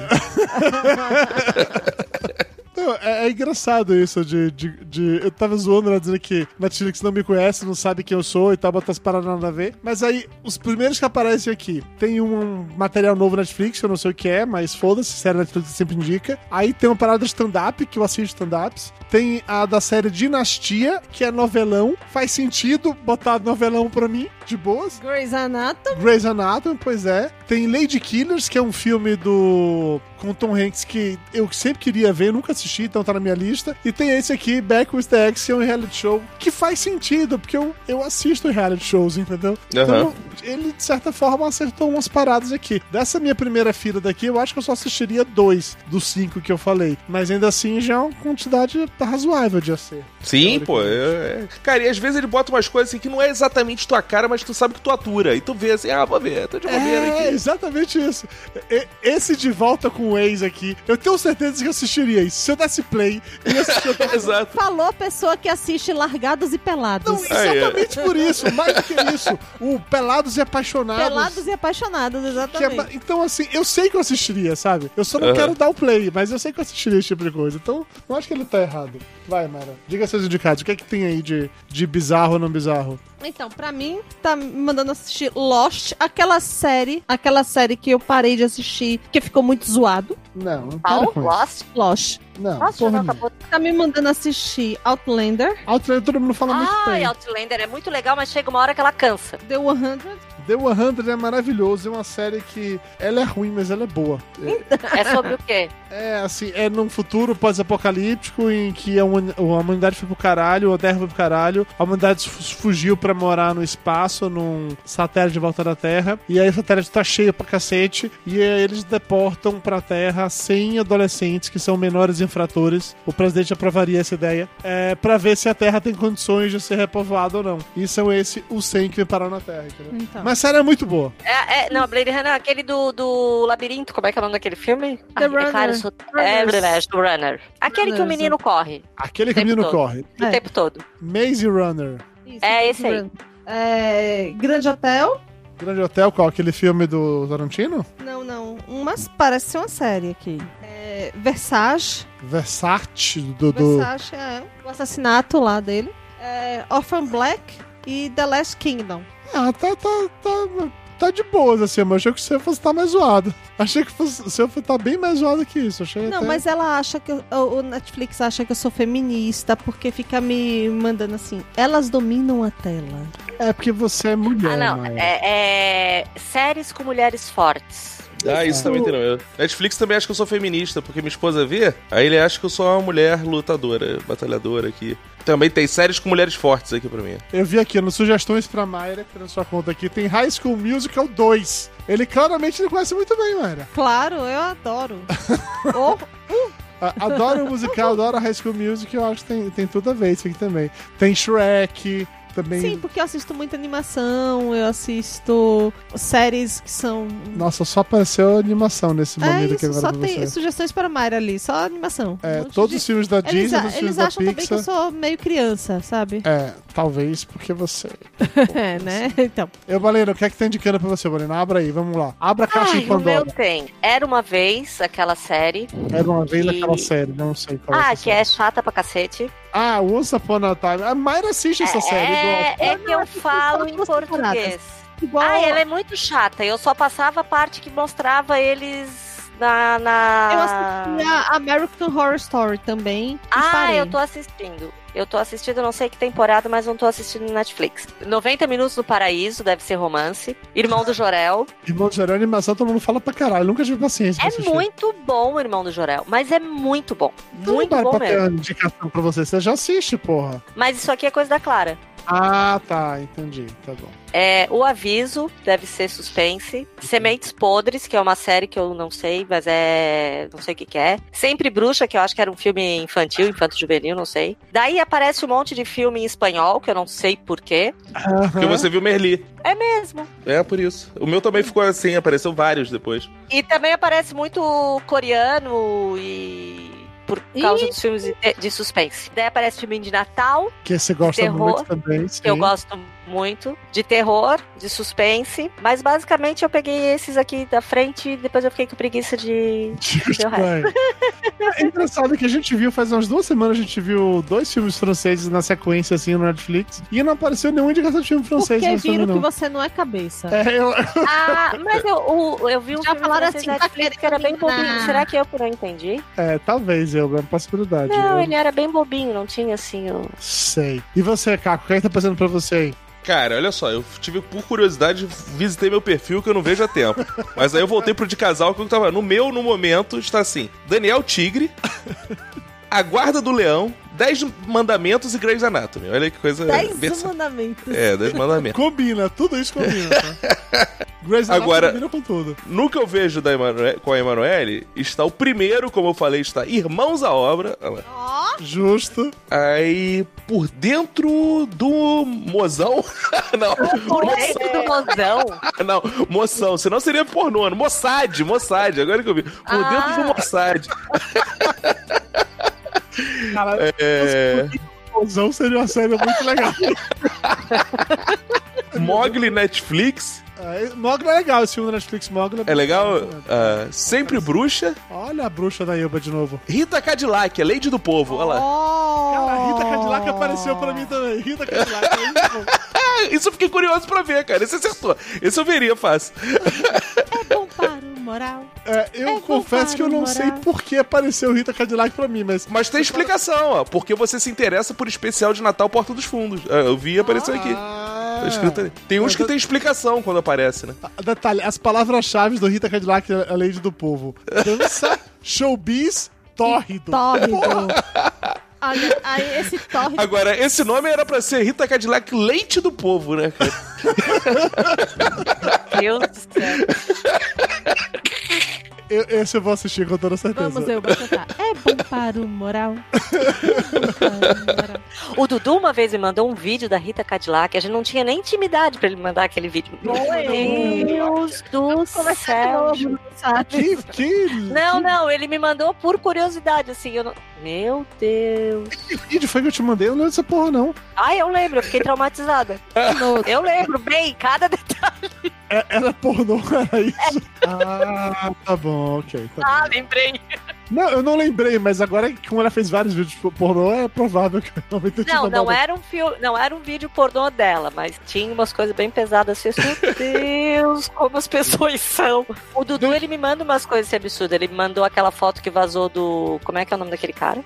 [SPEAKER 4] Não, é, é engraçado isso de, de, de- Eu tava zoando, né? Dizendo que Netflix não me conhece, não sabe quem eu sou e tal, bota as paradas nada a ver. Mas aí, os primeiros que aparecem aqui, tem um material novo Netflix, que eu não sei o que é, mas foda-se, série Netflix sempre indica. Aí tem uma parada de stand-up, que eu assisto stand-ups. Tem a da série Dinastia, que é novelão. Faz sentido botar novelão pra mim, de boas.
[SPEAKER 2] Grey's Anatomy.
[SPEAKER 4] Grey's Anatomy, pois é. Tem Lady Killers, que é um filme do com Tom Hanks que eu sempre queria ver, nunca assisti, então tá na minha lista. E tem esse aqui, Back with the X, que é um reality show que faz sentido, porque eu, eu assisto reality shows, entendeu? Então, ele, de certa forma, acertou umas paradas aqui. Dessa minha primeira fila daqui, eu acho que eu só assistiria dois dos cinco que eu falei. Mas ainda assim, já é uma quantidade razoável de acerto.
[SPEAKER 5] Sim, pô. é- é. Cara, e às vezes ele bota umas coisas assim que não é exatamente tua cara, mas tu sabe que tu atura. E tu vê assim, ah, vou ver, tô de bobeira
[SPEAKER 4] É,
[SPEAKER 5] aqui.
[SPEAKER 4] exatamente isso. E- Esse de volta com o ex aqui, eu tenho certeza que eu assistiria isso. Se eu desse play, eu ia assistir.
[SPEAKER 5] [LAUGHS] [LAUGHS] Exato.
[SPEAKER 2] Falou a pessoa que assiste Largados e Pelados.
[SPEAKER 4] Não,
[SPEAKER 5] Aí,
[SPEAKER 4] exatamente por isso, mais do que isso. O Pelados e Apaixonados.
[SPEAKER 2] Pelados e Apaixonados,
[SPEAKER 4] que é
[SPEAKER 2] exatamente.
[SPEAKER 4] ba- então, assim, eu sei que eu assistiria, sabe? Eu só não
[SPEAKER 5] Aham.
[SPEAKER 4] quero dar o play, mas eu sei que eu assistiria esse tipo de coisa. Então, não acho que ele tá errado. Vai, Mara. Diga seus indicados. O que é que tem aí de, de bizarro ou não bizarro?
[SPEAKER 2] Então, pra mim, tá me mandando assistir Lost, aquela série, aquela série que eu parei de assistir, que ficou muito zoado.
[SPEAKER 4] Não, não para
[SPEAKER 3] Qual?
[SPEAKER 4] com isso.
[SPEAKER 3] Lost?
[SPEAKER 2] Lost.
[SPEAKER 4] Não,
[SPEAKER 3] Nossa, já
[SPEAKER 4] porra
[SPEAKER 3] não
[SPEAKER 4] nenhuma.
[SPEAKER 3] acabou.
[SPEAKER 2] Tá me mandando assistir Outlander,
[SPEAKER 4] Outlander todo mundo fala muito bem.
[SPEAKER 3] Ai, Outlander é muito legal, mas chega uma hora que ela cansa.
[SPEAKER 2] The 100.
[SPEAKER 4] The 100 é maravilhoso, é uma série que ela é ruim, mas ela é boa.
[SPEAKER 3] É sobre o quê?
[SPEAKER 4] É, assim, é num futuro pós-apocalíptico em que a, huma- a humanidade foi pro caralho, a Terra foi pro caralho, a humanidade fu- fugiu pra morar no espaço, num satélite de volta da Terra, e aí o satélite tá cheio pra cacete, e aí eles deportam pra Terra 100 adolescentes que são menores infratores, o presidente aprovaria essa ideia, é, pra ver se a Terra tem condições de ser repovoada ou não. E são esse os 100 que vem parar na Terra, entendeu?
[SPEAKER 2] Então.
[SPEAKER 4] Mas a série é muito boa.
[SPEAKER 3] É, é, não, Blade Runner, aquele do, do labirinto, como é que é o nome daquele filme?
[SPEAKER 2] The
[SPEAKER 3] Ah, É claro,
[SPEAKER 2] Runner.
[SPEAKER 3] eu sou... É,
[SPEAKER 2] Runners.
[SPEAKER 3] Blade Runner. Aquele que o
[SPEAKER 2] Runners,
[SPEAKER 3] menino corre
[SPEAKER 4] Aquele que o
[SPEAKER 3] Tempo
[SPEAKER 4] menino
[SPEAKER 3] todo.
[SPEAKER 4] corre.
[SPEAKER 3] o
[SPEAKER 2] É.
[SPEAKER 3] tempo todo.
[SPEAKER 4] Maze Runner.
[SPEAKER 2] Isso,
[SPEAKER 3] É esse aí.
[SPEAKER 2] grande. É, Grande Hotel.
[SPEAKER 4] Grande Hotel, qual? Aquele filme do Tarantino?
[SPEAKER 2] Não, não. Umas parece ser uma série aqui. É, Versace.
[SPEAKER 4] Versace, do... do...
[SPEAKER 2] Versace é o assassinato lá dele. É, Orphan Black e The Last Kingdom.
[SPEAKER 4] Ah, tá, tá, tá, tá de boas, assim, mas achei que você fosse estar mais zoado. Achei que fosse, o seu fosse tá bem mais zoado que isso. Achei
[SPEAKER 2] Não,
[SPEAKER 4] até...
[SPEAKER 2] mas ela acha que. eu- O Netflix acha que eu sou feminista porque fica me mandando assim. Elas dominam a tela.
[SPEAKER 4] É porque você é mulher,
[SPEAKER 3] Ah, não.
[SPEAKER 4] Maia.
[SPEAKER 3] É, é séries com mulheres fortes.
[SPEAKER 5] Ah, isso também tem no meu. Netflix também acha que eu sou feminista, porque minha esposa vê, aí ele acha que eu sou uma mulher lutadora, batalhadora aqui. Também tem séries com mulheres fortes aqui pra mim.
[SPEAKER 4] Eu vi aqui, no Sugestões pra Mayra, que tá na sua conta aqui, tem High School Musical 2. Ele claramente ele conhece muito bem, Mayra.
[SPEAKER 2] Claro, eu [LAUGHS] adoro. Ou
[SPEAKER 4] A- Adoro o musical, adoro High School Musical, eu acho que tem, tem tudo a ver isso aqui também. Tem Shrek, também...
[SPEAKER 2] Sim, porque eu assisto muita animação, eu assisto séries que são.
[SPEAKER 4] Nossa, só apareceu animação nesse
[SPEAKER 2] é
[SPEAKER 4] momento aqui
[SPEAKER 2] isso,
[SPEAKER 4] agora
[SPEAKER 2] só
[SPEAKER 4] pra
[SPEAKER 2] tem
[SPEAKER 4] você.
[SPEAKER 2] sugestões para Mayra ali, só animação. Um
[SPEAKER 4] É,
[SPEAKER 2] monte
[SPEAKER 4] todos
[SPEAKER 2] de-
[SPEAKER 4] os filmes da
[SPEAKER 2] Eles,
[SPEAKER 4] Disney, todos os
[SPEAKER 2] eles
[SPEAKER 4] filmes da
[SPEAKER 2] acham também que eu
[SPEAKER 4] Pixar.
[SPEAKER 2] sou meio criança, sabe?
[SPEAKER 4] É, talvez porque você.
[SPEAKER 2] [LAUGHS] É, né? Então.
[SPEAKER 4] Eu, Valena, o que é que tá indicando pra você, Valena? Abra aí, vamos lá. Abra a caixa
[SPEAKER 3] Ai,
[SPEAKER 4] de
[SPEAKER 3] o meu
[SPEAKER 4] Pandora.
[SPEAKER 3] tem. Era uma vez aquela série.
[SPEAKER 4] Era uma vez
[SPEAKER 3] E-
[SPEAKER 4] naquela série, não sei qual é.
[SPEAKER 3] Ah,
[SPEAKER 4] essa
[SPEAKER 3] que é chata pra cacete.
[SPEAKER 4] série. Ah, Once Upon a Time. A Mayra assiste essa série,
[SPEAKER 3] é,
[SPEAKER 4] gosta.
[SPEAKER 3] é que eu falo em
[SPEAKER 2] duas
[SPEAKER 3] português.
[SPEAKER 2] Igual
[SPEAKER 3] Ah, ela é muito chata. Eu só passava a parte que mostrava eles na. na...
[SPEAKER 2] Eu assisti a American Horror Story também. e
[SPEAKER 3] Ah,
[SPEAKER 2] parei.
[SPEAKER 3] eu tô assistindo. Eu tô assistindo, não sei que temporada, mas não tô assistindo no Netflix. 90 Minutos no Paraíso, deve ser romance. Irmão do
[SPEAKER 2] [LAUGHS]
[SPEAKER 3] Jorel.
[SPEAKER 4] Irmão de Jorel, animação, todo mundo fala pra caralho. Nunca tive paciência pra
[SPEAKER 3] É
[SPEAKER 4] assistir.
[SPEAKER 3] muito bom o Irmão do Jorel, mas é muito bom.
[SPEAKER 4] Então,
[SPEAKER 3] Muito
[SPEAKER 4] Mayra,
[SPEAKER 3] bom
[SPEAKER 4] pra ter
[SPEAKER 3] mesmo.
[SPEAKER 4] uma indicação pra você, você já assiste, porra.
[SPEAKER 3] Mas isso aqui é coisa da Clara.
[SPEAKER 4] Ah, tá, entendi. Tá bom.
[SPEAKER 3] É, o Aviso deve ser suspense. Sementes Podres, que é uma série que eu não sei, mas é. não sei o que, que é. Sempre Bruxa, que eu acho que era um filme infantil, infanto-juvenil, não sei. Daí aparece um monte de filme em espanhol, que eu não sei porquê.
[SPEAKER 5] Porque você viu Merli.
[SPEAKER 3] É mesmo.
[SPEAKER 5] É, por isso. O meu também ficou assim, apareceu vários depois.
[SPEAKER 3] E também aparece muito coreano e. por causa dos filmes de, de suspense. Daí aparece filme de Natal,
[SPEAKER 4] Que você gosta
[SPEAKER 3] Terror,
[SPEAKER 4] muito também. Sim.
[SPEAKER 3] que eu gosto muito, de terror, de suspense. Mas basicamente eu peguei esses aqui da frente e depois eu fiquei com preguiça de.
[SPEAKER 4] Just
[SPEAKER 3] Meu resto.
[SPEAKER 4] Play. É engraçado que a gente viu, faz umas duas semanas, a gente viu dois filmes franceses na sequência, assim, no Netflix, e não apareceu nenhum indicação de filme francês
[SPEAKER 2] Porque
[SPEAKER 4] nesse filme,
[SPEAKER 2] viram que
[SPEAKER 4] não.
[SPEAKER 2] você não é cabeça.
[SPEAKER 4] É, eu,
[SPEAKER 3] Ah, mas eu, o- eu vi um
[SPEAKER 2] Já
[SPEAKER 3] filme
[SPEAKER 2] falaram
[SPEAKER 3] francês
[SPEAKER 2] assim, tá
[SPEAKER 3] Netflix que era bem
[SPEAKER 2] querendo enganar.
[SPEAKER 3] bobinho. Será que eu que não entendi?
[SPEAKER 4] é, talvez eu, é uma possibilidade.
[SPEAKER 3] Não,
[SPEAKER 4] eu
[SPEAKER 3] ele era bem bobinho, não tinha assim o.
[SPEAKER 2] é-
[SPEAKER 4] sei. E você, Caco, o que é que tá passando pra você aí?
[SPEAKER 5] Cara, olha só, eu tive por curiosidade, visitei meu perfil que eu não vejo há tempo. Mas aí eu voltei pro de casal que eu tava. No meu, no momento, está assim: Daniel Tigre, A Guarda do Leão, Dez Mandamentos e Grey's Anatomy. Olha que coisa.
[SPEAKER 2] Dez
[SPEAKER 5] versa-
[SPEAKER 2] mandamentos.
[SPEAKER 5] É, Dez Mandamentos.
[SPEAKER 4] Combina, tudo isso combina. tá? [LAUGHS] Grey's Anatomy
[SPEAKER 5] Agora-
[SPEAKER 4] combina com tudo.
[SPEAKER 5] No que eu vejo da Emanuele, com a Emanuele, está o primeiro, como eu falei, está Irmãos à Obra. Olha lá.
[SPEAKER 2] Ó,
[SPEAKER 4] Justo.
[SPEAKER 5] Aí, por dentro do mozão. [LAUGHS] não,
[SPEAKER 3] Por dentro do mozão.
[SPEAKER 5] [LAUGHS] não, moção. Senão seria pornô. né? Mossad, Mossad, agora que eu vi. Por
[SPEAKER 3] Ah.
[SPEAKER 5] dentro do Mossad.
[SPEAKER 4] Cara,
[SPEAKER 5] É,
[SPEAKER 4] Mozão seria uma série
[SPEAKER 2] [LAUGHS]
[SPEAKER 4] muito legal.
[SPEAKER 5] Mogli Netflix.
[SPEAKER 4] É, Mogli é legal, esse filme da Netflix Mogli.
[SPEAKER 5] É legal. Ah, sempre Bruxa.
[SPEAKER 4] Olha a bruxa da Ilba de novo.
[SPEAKER 5] Rita Cadillac, a Lady do Povo. Olha
[SPEAKER 2] Oh.
[SPEAKER 5] lá.
[SPEAKER 2] ó.
[SPEAKER 4] Cara, a Rita
[SPEAKER 2] Oh.
[SPEAKER 4] Cadillac apareceu pra mim também. Rita Cadillac. é muito bom.
[SPEAKER 5] Ah, Isso eu fiquei curioso pra ver, cara. Esse acertou. Esse eu veria fácil.
[SPEAKER 2] É bom para o moral.
[SPEAKER 4] É, eu
[SPEAKER 2] É
[SPEAKER 4] confesso que eu não
[SPEAKER 2] comparo,
[SPEAKER 4] sei
[SPEAKER 2] moral.
[SPEAKER 4] por que apareceu Rita Cadillac pra mim, mas.
[SPEAKER 5] Mas tem explicação, ó. Porque você se interessa por especial de Natal Porta dos Fundos. Ah, Eu vi e apareceu aqui.
[SPEAKER 4] Ah, Ah,
[SPEAKER 5] Tá escrito ali. Tem uns que tem explicação quando aparece, né?
[SPEAKER 4] Detalhe, as palavras-chave do Rita Cadillac, é a Lady do Povo. Dança, showbiz, tórrido.
[SPEAKER 2] Tórrido. Olha, aí esse tórrido.
[SPEAKER 5] Agora, esse nome era pra ser Rita Cadillac Leite do Povo, né, cara?
[SPEAKER 3] Deus do céu.
[SPEAKER 4] Eu, esse eu vou assistir com toda certeza.
[SPEAKER 2] Vamos, eu vou cantar. É bom para o moral. É bom para o moral.
[SPEAKER 3] O Dudu uma vez me mandou um vídeo da Rita Cadillac. A gente não tinha nem intimidade pra ele mandar aquele vídeo. Meu Deus do céu.
[SPEAKER 4] Que, que
[SPEAKER 3] Não, não, ele me mandou por curiosidade, assim. Eu não... Meu Deus.
[SPEAKER 4] vídeo foi que eu te mandei? Eu não lembro dessa porra, não.
[SPEAKER 3] Ai, eu lembro, eu fiquei traumatizada.
[SPEAKER 2] No-
[SPEAKER 3] Eu lembro bem, cada detalhe.
[SPEAKER 4] É- era pornô, [LAUGHS] era isso? Ah, tá bom, ok. tá bom.
[SPEAKER 3] Ah, lembrei.
[SPEAKER 4] Não, eu não lembrei, mas agora, como ela fez vários vídeos pornô, é provável que eu realmente tenha te
[SPEAKER 3] Não,
[SPEAKER 4] mandado.
[SPEAKER 3] não era um filme, não era um vídeo pornô dela, mas tinha umas coisas bem pesadas. Assim, meu Deus, como as pessoas são. O Dudu, ele me manda umas coisas assim, absurdas. Ele me mandou aquela foto que vazou do. Como é que é o nome daquele cara?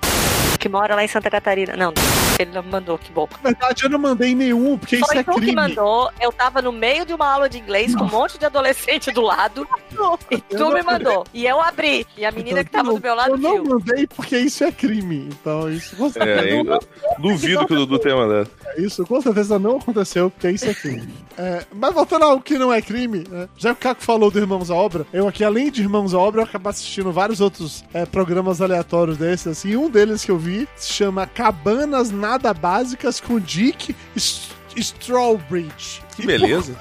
[SPEAKER 3] Que mora lá em Santa Catarina. Não, ele não me mandou, que bom.
[SPEAKER 4] Na verdade, eu não mandei nenhum, porque isso
[SPEAKER 3] Foi
[SPEAKER 4] é
[SPEAKER 3] tu que
[SPEAKER 4] crime.
[SPEAKER 3] mandou. Eu tava no meio de uma aula de inglês com um monte de adolescente do
[SPEAKER 4] [LAUGHS]
[SPEAKER 3] lado.
[SPEAKER 4] Tá
[SPEAKER 3] E tu me mandou. E eu abri. E a menina que tava do meu lado
[SPEAKER 4] Eu Então, não
[SPEAKER 3] viu.
[SPEAKER 4] mandei porque isso é crime. Então, isso com certeza,
[SPEAKER 3] [LAUGHS]
[SPEAKER 5] É,
[SPEAKER 4] não,
[SPEAKER 5] eu duvido que o Dudu tenha mandado.
[SPEAKER 4] isso, com certeza não aconteceu, porque isso é crime. É, mas voltando ao que não é crime, né? já que o Caco falou do Irmãos à Obra, eu aqui, além de Irmãos à Obra, eu acabo assistindo vários outros é, programas aleatórios desses, assim, e um deles que eu vi se chama Cabanas Nada Básicas com Dick S- Strawbridge.
[SPEAKER 5] Que beleza.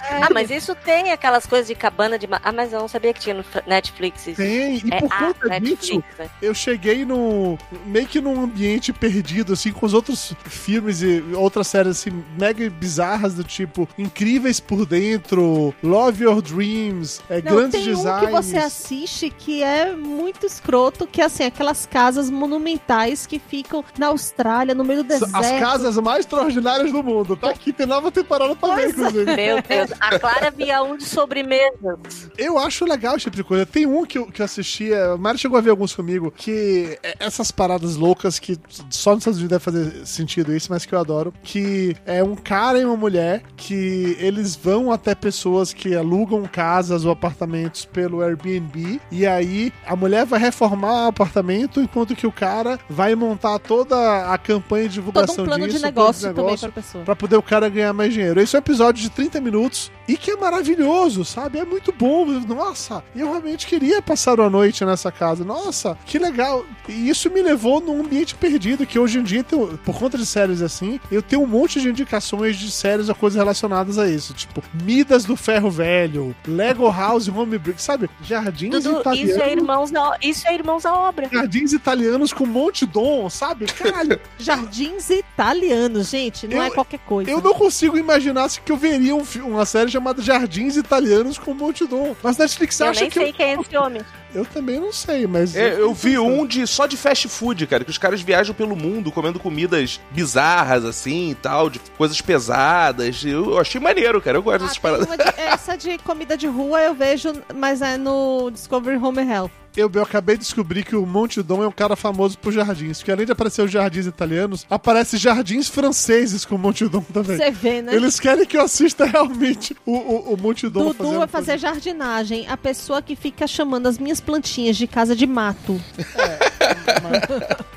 [SPEAKER 3] Ah, mas isso tem aquelas coisas de cabana de. ma- Ah, mas eu não sabia que tinha no Netflix isso.
[SPEAKER 4] Tem, e
[SPEAKER 3] É
[SPEAKER 4] por
[SPEAKER 3] a
[SPEAKER 4] conta disso,
[SPEAKER 3] Netflix, né?
[SPEAKER 4] eu cheguei num. meio que num ambiente perdido, assim, com os outros filmes e outras séries, assim, mega bizarras, do tipo Incríveis por Dentro, Love Your Dreams, é,
[SPEAKER 2] Não,
[SPEAKER 4] Grandes
[SPEAKER 2] tem
[SPEAKER 4] Designs.
[SPEAKER 2] um que você assiste que é muito escroto, que é assim, aquelas casas monumentais que ficam na Austrália, no meio do
[SPEAKER 4] As
[SPEAKER 2] deserto.
[SPEAKER 4] casas mais extraordinárias do mundo. Tá aqui, tem nova temporada pra
[SPEAKER 2] é.
[SPEAKER 4] ver, inclusive.
[SPEAKER 3] Meu Deus, a Clara via um de sobremesa.
[SPEAKER 4] Eu acho legal esse tipo de coisa. Tem um que eu, que eu assisti, é, o Mário chegou a ver alguns comigo, que é essas paradas loucas que só nos Estados Unidos deve fazer sentido isso, mas que eu adoro, que é um cara e uma mulher que eles vão até pessoas que alugam casas ou apartamentos pelo Airbnb e aí a mulher vai reformar o apartamento enquanto que o cara vai montar toda a campanha de divulgação
[SPEAKER 2] Todo um plano
[SPEAKER 4] disso,
[SPEAKER 2] de
[SPEAKER 4] um plano
[SPEAKER 2] negócio, também pra pessoa.
[SPEAKER 4] Pra poder o cara ganhar mais dinheiro. Esse é um episódio de 30 minutos e que é maravilhoso, sabe? É muito bom. Nossa, e eu realmente queria passar uma noite nessa casa. Nossa, que legal. E isso me levou num ambiente perdido, que hoje em dia, tem- por conta de séries assim, eu tenho um monte de indicações de séries ou coisas relacionadas a isso. Tipo, Midas do Ferro Velho, Lego House, Home Brick, sabe? Jardins
[SPEAKER 3] Dudu,
[SPEAKER 4] italianos.
[SPEAKER 3] isso é, irmãos à, isso é irmãos à obra.
[SPEAKER 4] Jardins italianos com um monte de dom, sabe? Caralho,
[SPEAKER 2] Jardins italianos, gente, não
[SPEAKER 4] Eu-
[SPEAKER 2] é qualquer coisa.
[SPEAKER 4] Eu não consigo imaginar se que eu veria um fi- uma série chamada Jardins Italianos com Montidon. Mas Netflix
[SPEAKER 3] Eu
[SPEAKER 4] acha
[SPEAKER 3] nem
[SPEAKER 4] que.
[SPEAKER 3] sei quem é esse homem.
[SPEAKER 4] Eu também não sei, mas.
[SPEAKER 5] É, eu vi um de só de fast food, cara, que os caras viajam pelo mundo comendo comidas bizarras assim e tal, de coisas pesadas. Eu, eu achei maneiro, cara. Eu gosto
[SPEAKER 2] Ah,
[SPEAKER 5] dessas
[SPEAKER 2] tem
[SPEAKER 5] paradas.
[SPEAKER 2] uma de- essa de comida de rua eu vejo, mas é no Discovery Home and Health.
[SPEAKER 4] Eu, eu acabei de descobrir que o Monte Dom é um cara famoso por jardins, que além de aparecer os jardins italianos, aparece jardins franceses com o Monte Dom também.
[SPEAKER 2] Você vê, né?
[SPEAKER 4] Eles querem que eu assista [LAUGHS] realmente o, o, o Monte Dom
[SPEAKER 2] Dudu vai fazer jardinagem. A pessoa que fica chamando as minhas plantinhas de casa de mato.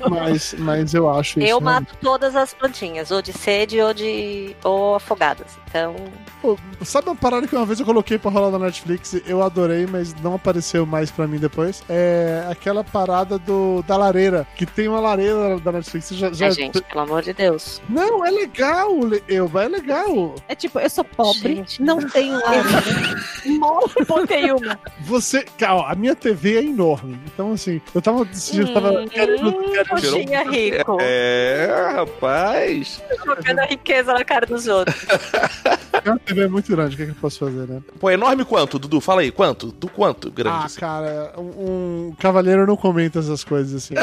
[SPEAKER 4] Mas, mas eu acho
[SPEAKER 3] Eu
[SPEAKER 4] né?
[SPEAKER 3] mato todas as plantinhas, ou de sede ou de ou afogadas. Então,
[SPEAKER 4] Pô, Sabe uma parada que uma vez eu coloquei pra rolar na Netflix, eu adorei, mas não apareceu mais pra mim depois? É aquela parada do, da lareira, que tem uma lareira da Netflix. Você Já, já-
[SPEAKER 3] é, gente, pelo amor de Deus.
[SPEAKER 4] Não, é legal, Le- eu, é legal.
[SPEAKER 2] É tipo, eu sou pobre,
[SPEAKER 3] Gente.
[SPEAKER 2] não tenho lareira. Moro em Ponteiúma.
[SPEAKER 4] Você. Calma, a minha TV é enorme. Então, assim, eu tava decidindo, eu tava
[SPEAKER 3] Hum,
[SPEAKER 4] querendo. querendo
[SPEAKER 3] Coxinha rico,
[SPEAKER 5] um [LAUGHS] É, rapaz.
[SPEAKER 3] jogando a riqueza na cara dos outros.
[SPEAKER 4] é uma TV muito grande, o que, é que eu posso fazer, né?
[SPEAKER 5] Pô, é enorme quanto, Dudu? Fala aí, quanto? Do quanto grande?
[SPEAKER 4] Ah,
[SPEAKER 5] assim?
[SPEAKER 4] cara, um, um cavaleiro não comenta essas coisas assim.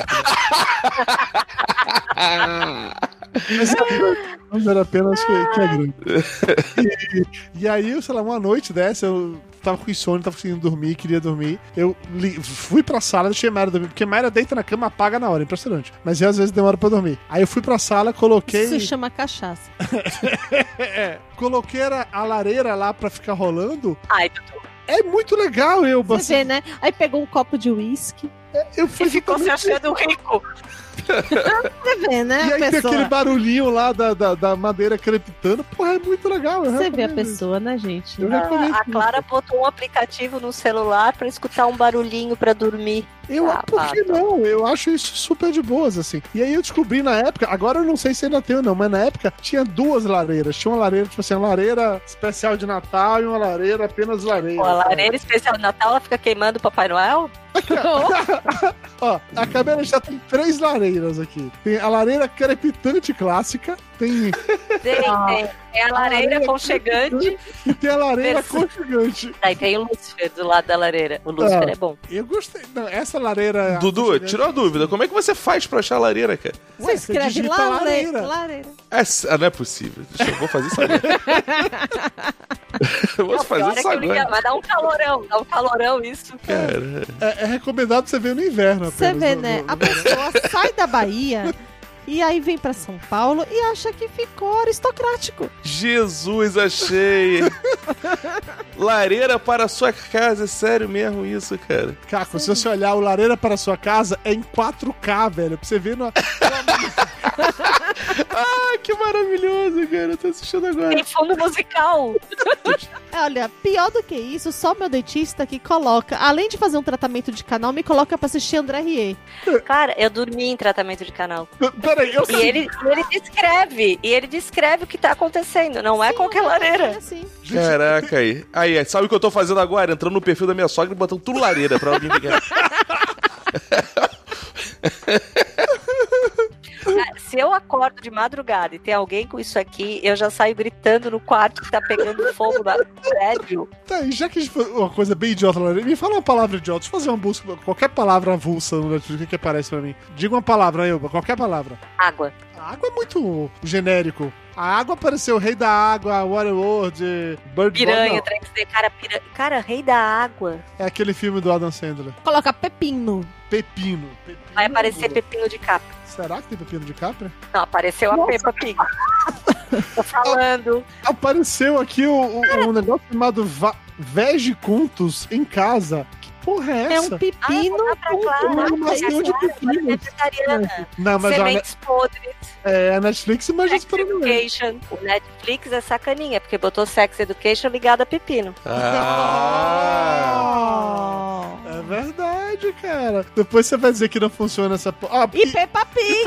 [SPEAKER 3] Ah.
[SPEAKER 4] Mas
[SPEAKER 2] [LAUGHS]
[SPEAKER 4] não era apenas que, que é
[SPEAKER 2] Ah.
[SPEAKER 4] grande. E, e aí, eu, sei lá, uma noite dessa, eu tava com insônia, tava conseguindo dormir, queria dormir. Eu li- fui pra sala, deixei a Mayra dormir, porque Mayra deita na cama, apaga na hora, impressionante. Mas eu, às vezes demora pra dormir. Aí eu fui pra sala, coloquei.
[SPEAKER 2] Isso se chama cachaça.
[SPEAKER 4] É, coloquei a, a lareira lá pra ficar rolando.
[SPEAKER 3] Ai,
[SPEAKER 4] É muito legal, eu,
[SPEAKER 2] Você
[SPEAKER 4] assim,
[SPEAKER 2] vê, né? Aí pegou um copo de uísque.
[SPEAKER 4] Eu fui
[SPEAKER 3] e ficou se
[SPEAKER 4] totalmente-
[SPEAKER 3] achando rico.
[SPEAKER 2] Você vê, né?
[SPEAKER 4] E
[SPEAKER 2] a
[SPEAKER 4] aí tem
[SPEAKER 2] pessoa.
[SPEAKER 4] aquele barulhinho lá da, da, da madeira crepitando. Porra, é muito legal. eu
[SPEAKER 2] Você vê a
[SPEAKER 4] recomendo.
[SPEAKER 2] pessoa, né, gente?
[SPEAKER 4] Eu recomendo.
[SPEAKER 3] A Clara botou um aplicativo no celular pra escutar um barulhinho pra dormir.
[SPEAKER 4] Eu,
[SPEAKER 3] Ah,
[SPEAKER 4] por que
[SPEAKER 3] tá.
[SPEAKER 4] não? Eu acho isso super de boas, assim. E aí eu descobri na época, agora eu não sei se ainda tem ou não, mas na época tinha duas lareiras. Tinha uma lareira, tipo assim, uma lareira especial de Natal e uma lareira apenas lareira.
[SPEAKER 3] Pô, a
[SPEAKER 4] sabe?
[SPEAKER 3] lareira especial de Natal, ela fica queimando o Papai [LAUGHS] Noel?
[SPEAKER 5] [LAUGHS]
[SPEAKER 4] Ó, a cabela já tem três lareiras aqui. Tem a lareira crepitante clássica, tem,
[SPEAKER 3] Gente, é a lareira aconchegante.
[SPEAKER 4] e tem a lareira
[SPEAKER 3] Versão-
[SPEAKER 4] conjugante.
[SPEAKER 3] Aí tem o Lúcifer do lado da lareira. O Lúcifer
[SPEAKER 4] Ah.
[SPEAKER 3] é bom.
[SPEAKER 4] Eu gostei. Não, essa lareira. é
[SPEAKER 5] Ah, Dudu,
[SPEAKER 4] aconchegante-
[SPEAKER 5] tirou a dúvida. Como é que você faz pra achar a lareira, cara?
[SPEAKER 2] Você escreve
[SPEAKER 4] digita
[SPEAKER 2] lareira. lareira.
[SPEAKER 5] É, s- ah, não é possível. Deixa eu vou fazer
[SPEAKER 3] [LAUGHS]
[SPEAKER 5] isso agora. [LAUGHS] eu vou
[SPEAKER 3] Não, pior
[SPEAKER 5] fazer
[SPEAKER 3] é
[SPEAKER 5] isso
[SPEAKER 3] que eu
[SPEAKER 5] agora.
[SPEAKER 3] ligava, mas dá um calorão, dá um calorão isso.
[SPEAKER 5] Cara,
[SPEAKER 4] É, é recomendado você ver no inverno.
[SPEAKER 2] Você
[SPEAKER 4] apenas,
[SPEAKER 2] vê,
[SPEAKER 4] no-
[SPEAKER 2] né?
[SPEAKER 4] no-
[SPEAKER 2] A pessoa sai da Bahia e aí vem pra São Paulo e acha que ficou aristocrático.
[SPEAKER 5] Jesus, [LAUGHS] achei. lareira para a sua casa, é sério mesmo isso, cara.
[SPEAKER 4] Caco, se você olhar o Lareira para a Sua Casa, é em 4K, velho. Pra você ver no...
[SPEAKER 5] Ah, que maravilhoso, cara. Eu tô assistindo agora.
[SPEAKER 3] Tem fundo [LAUGHS] musical.
[SPEAKER 2] Olha, pior do que isso, só meu dentista que coloca, além de fazer um tratamento de canal, me coloca pra assistir André Rieu.
[SPEAKER 3] Cara, eu dormi em tratamento de canal.
[SPEAKER 4] Peraí, eu
[SPEAKER 3] E é- ele, e ele descreve, e ele descreve o que tá acontecendo. Não é
[SPEAKER 2] Sim,
[SPEAKER 3] qualquer
[SPEAKER 2] eu
[SPEAKER 3] lareira.
[SPEAKER 2] sei, assim.
[SPEAKER 5] Caraca, aí. Aí, é, sabe o que eu tô fazendo agora? Entrando no perfil da minha sogra e botando tudo lareira pra alguém ligar.
[SPEAKER 3] Se eu acordo de madrugada e tem alguém com isso aqui, eu já saio gritando no quarto que tá pegando fogo no prédio.
[SPEAKER 4] Tá, e já que a gente falou uma coisa bem idiota, Lareira, me fala uma palavra idiota. Deixa eu fazer uma busca. Qualquer palavra avulsa no Netflix que aparece pra mim. Diga uma palavra, Elba. Qualquer palavra.
[SPEAKER 3] Água.
[SPEAKER 4] A água é muito genérico. A água apareceu Rei da Água, Waterworld, Bird
[SPEAKER 3] Piranha,
[SPEAKER 4] Box,
[SPEAKER 3] 3D, cara, piranha. Cara, rei da água.
[SPEAKER 4] não. É aquele filme do Adam Sandler.
[SPEAKER 2] Coloca pepino.
[SPEAKER 4] Pepino. Pepino.
[SPEAKER 3] Vai aparecer pepino de capa.
[SPEAKER 4] Será que tem pepino de capra?
[SPEAKER 3] Não, apareceu a Peppa Pig. Tô falando.
[SPEAKER 4] Apareceu aqui o, o- um negócio chamado Va Veg Contos em casa. Que porra é
[SPEAKER 2] É um
[SPEAKER 3] Ah,
[SPEAKER 4] essa?
[SPEAKER 3] eu
[SPEAKER 2] pepino.
[SPEAKER 3] vou dar pra Clara.
[SPEAKER 4] uma
[SPEAKER 3] Clara,
[SPEAKER 4] animação de
[SPEAKER 3] Clara é
[SPEAKER 4] pepinos.
[SPEAKER 3] vegetariana.
[SPEAKER 4] Não, mas olha,
[SPEAKER 3] Sementes podres.
[SPEAKER 4] é, a Netflix imagina isso
[SPEAKER 3] Sex
[SPEAKER 4] pra mim.
[SPEAKER 3] Education. O Netflix é sacaninha, porque botou Sex Education ligado a pepino.
[SPEAKER 5] [LAUGHS] Ah.
[SPEAKER 2] Oh.
[SPEAKER 4] É verdade, cara. Depois você vai dizer que não funciona essa porra. Ah,
[SPEAKER 2] E Peppa
[SPEAKER 4] [LAUGHS]
[SPEAKER 2] Pig!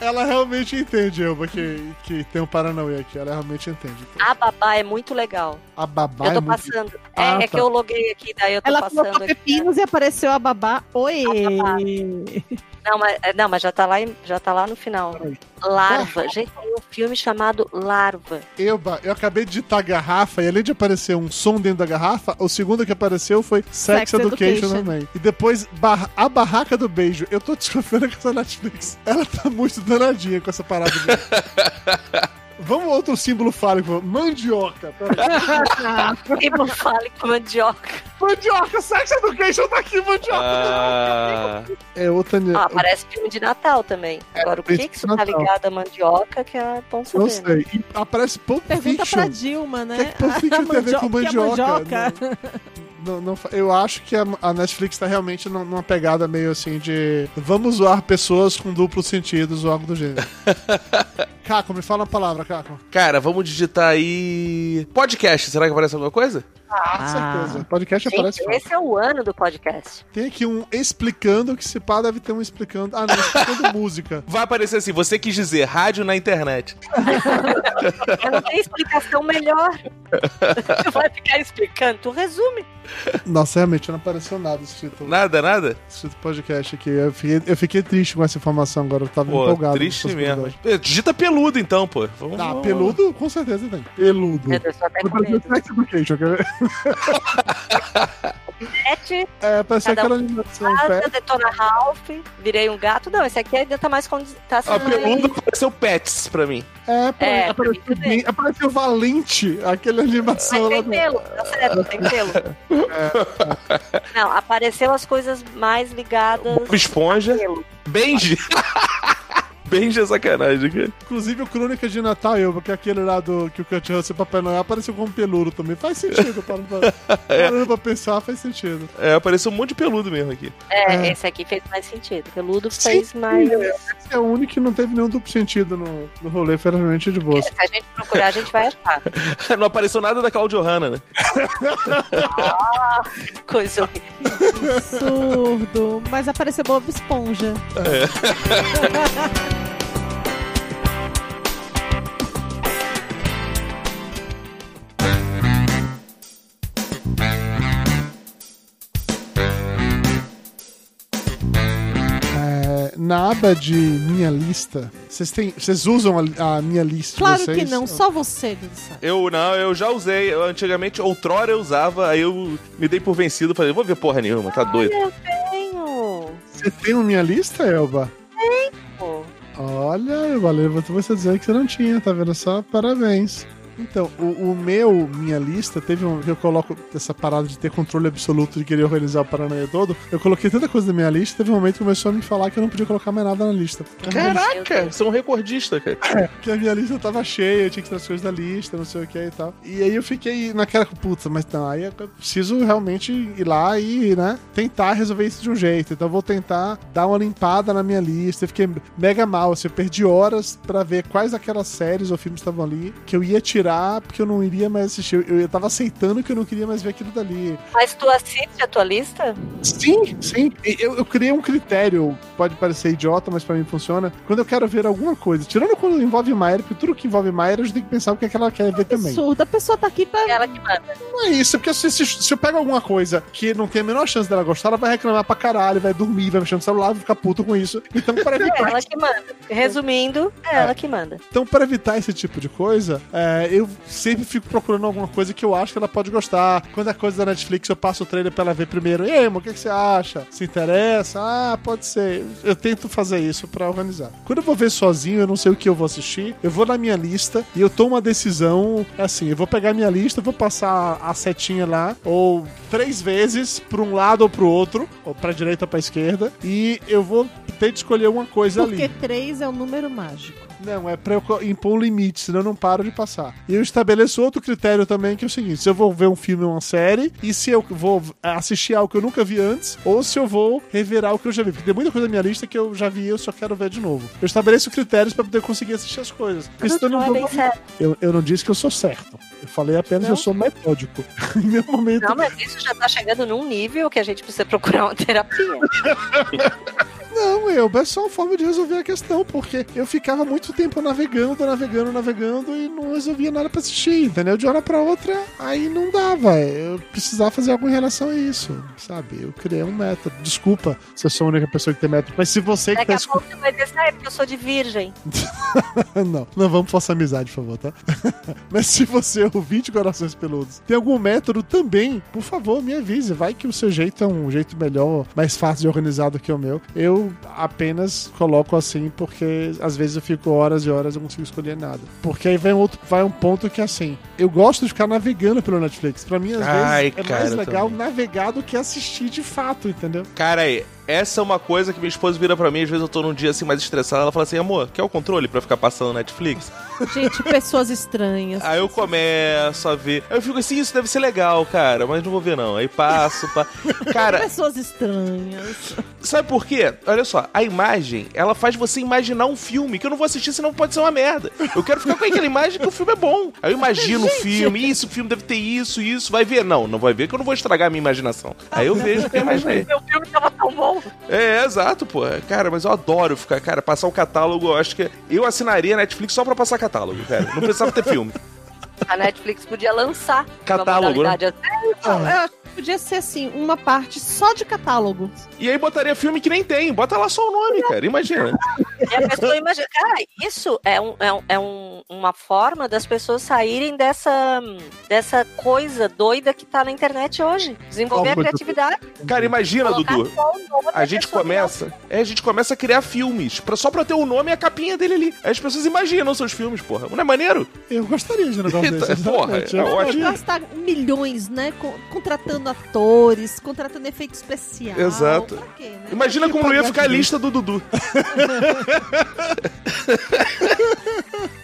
[SPEAKER 4] ela realmente entende, Elba, que, que tem um Paranauê aqui. Ela realmente entende.
[SPEAKER 3] A babá é muito legal.
[SPEAKER 4] A babá
[SPEAKER 3] eu
[SPEAKER 4] é
[SPEAKER 3] tô
[SPEAKER 4] muito...
[SPEAKER 3] passando.
[SPEAKER 4] Ah,
[SPEAKER 3] é, é
[SPEAKER 4] tá.
[SPEAKER 3] que eu loguei aqui, né? daí eu
[SPEAKER 2] [LAUGHS]
[SPEAKER 3] tô
[SPEAKER 2] Ela
[SPEAKER 3] passando
[SPEAKER 2] colocou
[SPEAKER 3] aqui.
[SPEAKER 2] pepinos e apareceu a babá. Oi!
[SPEAKER 3] A babá. Não, mas, é, não, mas já, tá lá, em- já tá lá no final. Larva. Gente, tem um filme chamado [LAUGHS] Larva.
[SPEAKER 4] Eba, eu acabei de digitar garrafa e além de aparecer um som dentro da garrafa, o segundo que apareceu foi Sex,
[SPEAKER 2] Sex
[SPEAKER 4] Education,
[SPEAKER 2] Education.
[SPEAKER 4] também. E depois barra- A Barraca do Beijo. Eu tô desconfiando que essa Netflix. Ela tá muito danadinha com essa parada. de- [LAUGHS] Vamos outro símbolo fálico. Mandioca. Peraí.
[SPEAKER 3] E não fale com mandioca.
[SPEAKER 4] [LAUGHS] mandioca, Sex Education tá aqui, mandioca.
[SPEAKER 5] Ah,
[SPEAKER 4] É outra.
[SPEAKER 3] Ah, parece filme de Natal também. Agora, o que que isso tá
[SPEAKER 4] É, Natal.
[SPEAKER 3] ligado à mandioca que é bom
[SPEAKER 4] não
[SPEAKER 3] saber. né?
[SPEAKER 4] sei. E aparece
[SPEAKER 2] [LAUGHS]
[SPEAKER 4] Pulp
[SPEAKER 2] Pergunta
[SPEAKER 4] Fiction.
[SPEAKER 2] pra Dilma,
[SPEAKER 4] O
[SPEAKER 2] né?
[SPEAKER 4] que é que Pulp Fiction tem a ver com mandioca? né?
[SPEAKER 2] mandioca?
[SPEAKER 4] Não, não fa- eu acho que a, a Netflix tá realmente num- numa pegada meio assim de vamos zoar pessoas com duplos sentidos ou algo do
[SPEAKER 5] [LAUGHS]
[SPEAKER 4] gênero. Caco, me fala uma palavra, Caco.
[SPEAKER 5] cara, vamos digitar aí. Podcast, será que aparece alguma coisa?
[SPEAKER 4] Ah, com certeza. Podcast aparece.
[SPEAKER 3] Gente, esse é o ano do podcast.
[SPEAKER 4] Tem aqui um explicando que se pá deve ter um explicando. Ah, não, explicando [LAUGHS] música.
[SPEAKER 5] Vai aparecer assim, você quis dizer rádio na internet.
[SPEAKER 3] Eu não tenho explicação
[SPEAKER 4] [LAUGHS]
[SPEAKER 3] melhor. Tu vai ficar explicando, tu resume.
[SPEAKER 4] Nossa, realmente não apareceu nada esse título,
[SPEAKER 5] Nada, nada?
[SPEAKER 4] esse título podcast aqui. Eu fiquei, eu fiquei triste com essa informação agora, eu tava
[SPEAKER 5] Pô,
[SPEAKER 4] empolgado. com
[SPEAKER 5] triste
[SPEAKER 4] essas
[SPEAKER 5] mesmo.
[SPEAKER 4] possibilidades.
[SPEAKER 5] Eh, Digita peludo então, pô. Vamos-
[SPEAKER 4] Tá,
[SPEAKER 5] vamos-
[SPEAKER 4] peludo com certeza tem. Peludo.
[SPEAKER 3] Meu Deus, tô até É, com
[SPEAKER 4] Apareceu
[SPEAKER 3] medo.
[SPEAKER 4] Sex Education, quer ver?
[SPEAKER 3] Sete,
[SPEAKER 4] É, parecia
[SPEAKER 3] Cada
[SPEAKER 4] aquela
[SPEAKER 3] um
[SPEAKER 4] animação pé.
[SPEAKER 3] casa, detona Ralph, virei um gato. Não, esse aqui ainda tá mais condi- tá
[SPEAKER 5] Ó,
[SPEAKER 3] mais-
[SPEAKER 5] peludo apareceu pets pra mim.
[SPEAKER 4] É, peraí,
[SPEAKER 3] É,
[SPEAKER 4] apareceu,
[SPEAKER 3] pra mim também.
[SPEAKER 4] bem- apareceu Valente, aquela
[SPEAKER 3] Mas
[SPEAKER 4] animação
[SPEAKER 3] tem
[SPEAKER 4] lá do...
[SPEAKER 3] pelo, tá certo, tem pelo. Não, apareceu as coisas mais ligadas
[SPEAKER 5] Bob Esponja.
[SPEAKER 3] pelo.
[SPEAKER 5] Benji. [LAUGHS] Benji é sacanagem, cara.
[SPEAKER 4] Inclusive o Crônica de Natal, eu, porque aquele lá do que o Kurt Russell e o Papai Noel apareceu como peludo também. Faz sentido, parando pra, parando pra pensar, faz sentido.
[SPEAKER 5] É, apareceu um monte de peludo mesmo aqui. [LAUGHS]
[SPEAKER 3] É,
[SPEAKER 4] É.
[SPEAKER 3] esse aqui fez mais sentido. Peludo
[SPEAKER 4] Sim,
[SPEAKER 3] fez mais.
[SPEAKER 4] é. Esse é o único que não teve nenhum duplo sentido no, no rolê, foi realmente de boa.
[SPEAKER 3] Se a gente procurar, a gente vai achar.
[SPEAKER 5] Não apareceu nada da Claudio Hanna, né?
[SPEAKER 3] Coisa horrível.
[SPEAKER 2] Absurdo. Mas apareceu Bob Esponja.
[SPEAKER 4] É, na aba de Minha Lista, vocês têm- vocês usam a, a Minha Lista de
[SPEAKER 2] Claro
[SPEAKER 4] vocês?
[SPEAKER 2] que não, só você, Dudu Salles.
[SPEAKER 5] Eu não, eu já usei. Eu, antigamente, outrora eu usava, aí eu me dei por vencido. Falei, vou ver porra nenhuma, tá doido.
[SPEAKER 3] Eu tenho.
[SPEAKER 4] Você tem uma Minha Lista, Elba?
[SPEAKER 3] Pô,
[SPEAKER 4] Olha, valeu, vou você dizer que você não tinha, tá vendo só? Parabéns. Então, o, o meu, minha lista, teve um que eu coloco essa parada de ter controle absoluto de querer organizar o Paranoia todo. Eu coloquei tanta coisa na minha lista, teve um momento que começou a me falar que eu não podia colocar mais nada na lista.
[SPEAKER 3] Meu
[SPEAKER 5] Caraca,
[SPEAKER 3] Deus.
[SPEAKER 5] sou um recordista, cara.
[SPEAKER 4] Porque a minha lista tava cheia, eu tinha que tirar as coisas da lista, não sei o que e tal. E aí eu fiquei naquela, puta, mas não, aí eu preciso realmente ir lá e, né, tentar resolver isso de um jeito. Então eu vou tentar dar uma limpada na minha lista. Eu fiquei mega mal, assim, eu perdi horas pra ver quais daquelas séries ou filmes estavam ali que eu ia tirar porque eu não iria mais assistir. Eu, eu tava aceitando que eu não queria mais ver aquilo dali.
[SPEAKER 3] Mas tu assiste a tua lista?
[SPEAKER 4] Sim, sim. E Eu, eu criei um critério, pode parecer idiota, mas pra mim funciona. Quando eu quero ver alguma coisa, tirando quando envolve Maia, porque tudo que envolve Maia, eu já tenho que pensar o que, é que ela quer ver também.
[SPEAKER 2] Absurdo. A pessoa tá aqui pra.
[SPEAKER 3] Ela que manda.
[SPEAKER 4] Não é isso, porque se, se, se eu pego alguma coisa que não tem a menor chance dela gostar, ela vai reclamar pra caralho, vai dormir, vai mexer no celular, vai ficar puto com isso. Então, pra
[SPEAKER 3] É
[SPEAKER 4] evitar
[SPEAKER 3] ela que manda. Resumindo, é ela que manda.
[SPEAKER 4] Então, para evitar esse tipo de coisa, é, eu sempre fico procurando alguma coisa que eu acho que ela pode gostar. Quando é coisa da Netflix, eu passo o trailer pra ela ver primeiro. E aí, amor, o que, que você acha? Se interessa? Ah, pode ser. Eu tento fazer isso pra organizar. Quando eu vou ver sozinho, eu não sei o que eu vou assistir, eu vou na minha lista e eu tomo uma decisão, assim, eu vou pegar a minha lista, vou passar a setinha lá, ou três vezes, pra um lado ou pro outro, ou pra direita ou pra esquerda, e eu vou ter de escolher uma coisa ali.
[SPEAKER 2] Porque 3 é um número mágico.
[SPEAKER 4] Não, é pra eu co- impor um limite, senão eu não paro de passar. E eu estabeleço outro critério também, que é o seguinte: se eu vou ver um filme ou uma série, e se eu vou assistir algo que eu nunca vi antes, ou se eu vou reverar o que eu já vi. Porque tem muita coisa na minha lista que eu já vi e eu só quero ver de novo. Eu estabeleço critérios pra poder conseguir assistir as coisas. Porque senão eu
[SPEAKER 3] Não
[SPEAKER 4] não
[SPEAKER 3] é
[SPEAKER 4] vou-
[SPEAKER 3] bem sério.
[SPEAKER 4] eu, eu não disse que eu sou certo. Eu falei apenas
[SPEAKER 3] Não?
[SPEAKER 4] que eu sou metódico. [LAUGHS] em nenhum momento.
[SPEAKER 3] Não, mas isso já tá chegando num nível que a gente precisa procurar uma terapia.
[SPEAKER 4] Não, um erro, é só uma forma de resolver a questão, porque eu ficava muito tempo navegando, navegando, navegando e não resolvia nada pra assistir, entendeu? De hora pra outra, aí não dava. Eu precisava fazer algo em relação a isso, sabe? Eu criei um método. Desculpa se eu sou a única pessoa que tem método, mas se você que
[SPEAKER 3] Daqui
[SPEAKER 4] tá
[SPEAKER 3] a
[SPEAKER 4] escutando.
[SPEAKER 3] pouco você vai dizer, ah, é porque eu sou de virgem.
[SPEAKER 4] [LAUGHS] não, não vamos forçar amizade, por favor, tá? [LAUGHS] Mas se você é ouvinte de Corações Peludos, tem algum método também, por favor, me avise. Vai que o seu jeito é um jeito melhor, mais fácil e organizado que o meu. Eu apenas coloco assim porque às vezes eu fico horas e horas e não consigo escolher nada. Porque aí vai um, outro, vai um ponto que assim, eu gosto de ficar navegando pelo Netflix. Pra mim, às
[SPEAKER 5] Ai,
[SPEAKER 4] vezes, é
[SPEAKER 5] cara,
[SPEAKER 4] mais
[SPEAKER 5] eu
[SPEAKER 4] legal
[SPEAKER 5] também.
[SPEAKER 4] navegar do que assistir de fato, entendeu?
[SPEAKER 5] Cara, essa é uma coisa que minha esposa vira pra mim, às vezes eu tô num dia assim mais estressado, ela fala assim, amor, quer o controle pra ficar passando Netflix?
[SPEAKER 2] Gente, pessoas
[SPEAKER 5] [LAUGHS]
[SPEAKER 2] estranhas.
[SPEAKER 5] Aí eu começo a ver. Aí eu fico assim, isso deve ser legal, cara, mas não vou ver não. Aí passo, pa... Cara,
[SPEAKER 2] Pessoas estranhas.
[SPEAKER 5] sabe por quê? Olha só, a imagem, ela faz você imaginar um filme que eu não vou assistir, senão pode ser uma merda. Eu quero ficar com aquela imagem que o filme é bom. Aí eu imagino o filme, isso, o filme deve ter isso, isso, vai ver. Não, não vai ver que eu não vou estragar a minha imaginação. Aí eu vejo o que eu imaginei.
[SPEAKER 3] Meu filme tava tão bom.
[SPEAKER 5] É, é, exato, pô. Cara, mas eu adoro ficar, cara, passar o catálogo, eu acho que eu assinaria a Netflix só pra passar catálogo, cara. Não precisava ter filme.
[SPEAKER 3] A Netflix podia lançar. uma
[SPEAKER 5] Catálogo, né?
[SPEAKER 3] modalidade assim.
[SPEAKER 4] Ah.
[SPEAKER 2] Eu acho que Ah, é, podia ser assim, uma parte só de catálogo.
[SPEAKER 5] E aí botaria filme que nem tem, bota lá só o nome, cara. Imagina.
[SPEAKER 3] E a pessoa imagina. Cara, isso é, um, é, um- é um- uma forma das pessoas saírem dessa, dessa coisa doida que tá na internet hoje. Desenvolver a
[SPEAKER 4] Como eu-
[SPEAKER 3] criatividade.
[SPEAKER 5] Cara, imagina,
[SPEAKER 3] colocar
[SPEAKER 5] Dudu.
[SPEAKER 3] só o nome
[SPEAKER 5] A
[SPEAKER 3] da
[SPEAKER 5] gente
[SPEAKER 3] pessoa.
[SPEAKER 5] começa. É, a gente começa a criar filmes. Pra, só pra ter o nome e a capinha dele ali. Aí as pessoas imaginam seus filmes, porra. Não é maneiro?
[SPEAKER 4] Eu gostaria de um negócio
[SPEAKER 5] Então,
[SPEAKER 4] desse.
[SPEAKER 5] porra,
[SPEAKER 4] exatamente.
[SPEAKER 5] é
[SPEAKER 4] Eu
[SPEAKER 5] ótimo.
[SPEAKER 4] gostaria.
[SPEAKER 2] Gastar Tipo, tá milhões, né? co- Contratando atores, contratando efeito especial.
[SPEAKER 5] Exato.
[SPEAKER 2] Pra quê, né?
[SPEAKER 5] Imagina como não ia ficar a lista do Dudu.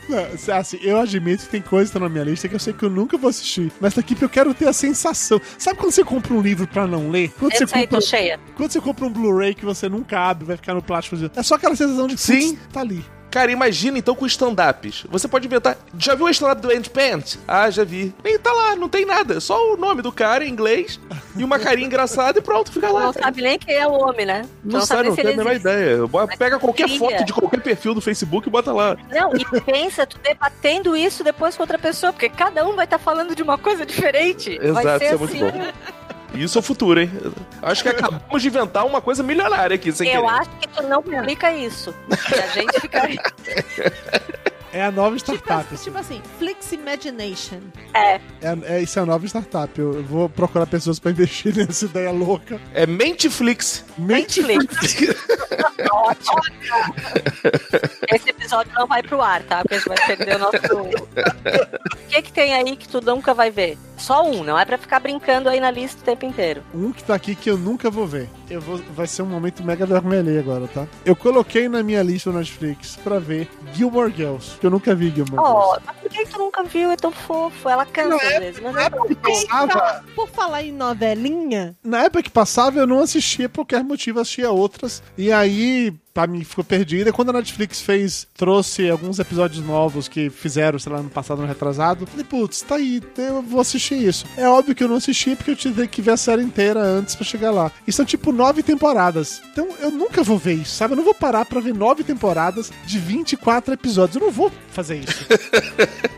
[SPEAKER 4] Não, assim, eu admito que tem coisa que tá na minha lista que eu sei que eu nunca vou assistir. Mas tá aqui porque eu quero ter a sensação. Sabe quando você compra um livro pra não ler? Quando, você
[SPEAKER 3] Essa aí
[SPEAKER 4] compra,
[SPEAKER 3] tô cheia.
[SPEAKER 4] quando você compra um Blu-ray que você nunca abre, vai ficar no plástico. É só aquela sensação de que
[SPEAKER 5] Sim.
[SPEAKER 4] tá ali.
[SPEAKER 5] Cara, imagina então com stand-ups. Você pode inventar. Já viu o stand-up do Andy Pant? Ah, já vi. Nem tá lá, não tem nada. É Só o nome do cara em inglês e uma carinha engraçada e pronto, fica lá.
[SPEAKER 3] Não sabe nem quem é o homem, né?
[SPEAKER 5] Não sabe, não
[SPEAKER 3] nem
[SPEAKER 5] tem a menor
[SPEAKER 3] existe.
[SPEAKER 5] ideia. Bo-
[SPEAKER 3] é
[SPEAKER 5] Pega qualquer
[SPEAKER 3] queria.
[SPEAKER 5] foto de qualquer perfil do Facebook e bota lá.
[SPEAKER 3] Não, e pensa, tu debatendo isso depois com outra pessoa, porque cada um vai estar falando de uma coisa diferente. vai
[SPEAKER 5] Exato,
[SPEAKER 3] ser
[SPEAKER 5] isso é
[SPEAKER 3] assim,
[SPEAKER 5] muito bom. Isso é o futuro, hein?
[SPEAKER 3] [LAUGHS]
[SPEAKER 5] Acho que acabamos de inventar uma coisa milionária aqui, sem
[SPEAKER 3] Eu
[SPEAKER 5] querer.
[SPEAKER 3] acho que tu não publica isso. E a gente
[SPEAKER 5] [LAUGHS]
[SPEAKER 3] fica.
[SPEAKER 4] É a nova
[SPEAKER 2] Tipo,
[SPEAKER 4] startup.
[SPEAKER 2] tipo assim, Flix Imagination.
[SPEAKER 4] assim. É, é- isso é a nova startup. Eu, eu vou procurar pessoas pra [LAUGHS] investir nessa ideia louca.
[SPEAKER 5] É Menteflix.
[SPEAKER 4] Mente
[SPEAKER 3] Netflix. Esse episódio não vai pro ar, tá? Porque a gente vai perder o
[SPEAKER 5] [LAUGHS]
[SPEAKER 3] nosso. O que, que tem aí que tu nunca vai ver? Só um, não é pra ficar brincando aí na lista o tempo inteiro.
[SPEAKER 4] Um que tá aqui que eu nunca vou ver. Eu vou, vai ser um momento mega vermelho agora, tá? Eu coloquei na minha lista no Netflix pra ver Gilmore Girls. Que eu nunca vi Gilmore
[SPEAKER 3] Ó,
[SPEAKER 4] Girls.
[SPEAKER 3] mas por que que tu nunca viu? É tão fofo. Ela cansa às vezes, mas é tão
[SPEAKER 4] Eu pensava-
[SPEAKER 2] Por falar em novelinha,
[SPEAKER 4] Na época que passava, eu não assistia por qualquer motivo, eu assistia outras. E aí, pra mim, ficou perdida. Quando a Netflix fez, trouxe alguns episódios novos que fizeram, sei lá, no passado, no retrasado. Falei, putz, tá aí, eu vou assistir isso. É óbvio que eu não assisti, porque eu tive que ver a série inteira antes pra chegar lá. E são, tipo, nove temporadas. Então, eu nunca vou ver isso, sabe? Eu não vou parar pra ver nove temporadas de 24 episódios. Eu não vou fazer isso.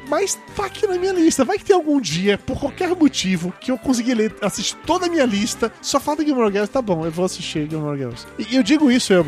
[SPEAKER 4] Mas tá aqui na minha lista. Vai que tem algum dia, por qualquer motivo, que eu consegui ler, assistir toda a minha lista. Só falta Gilmore Girls, tá bom, eu vou assistir Gilmore Girls. E eu digo isso, eu,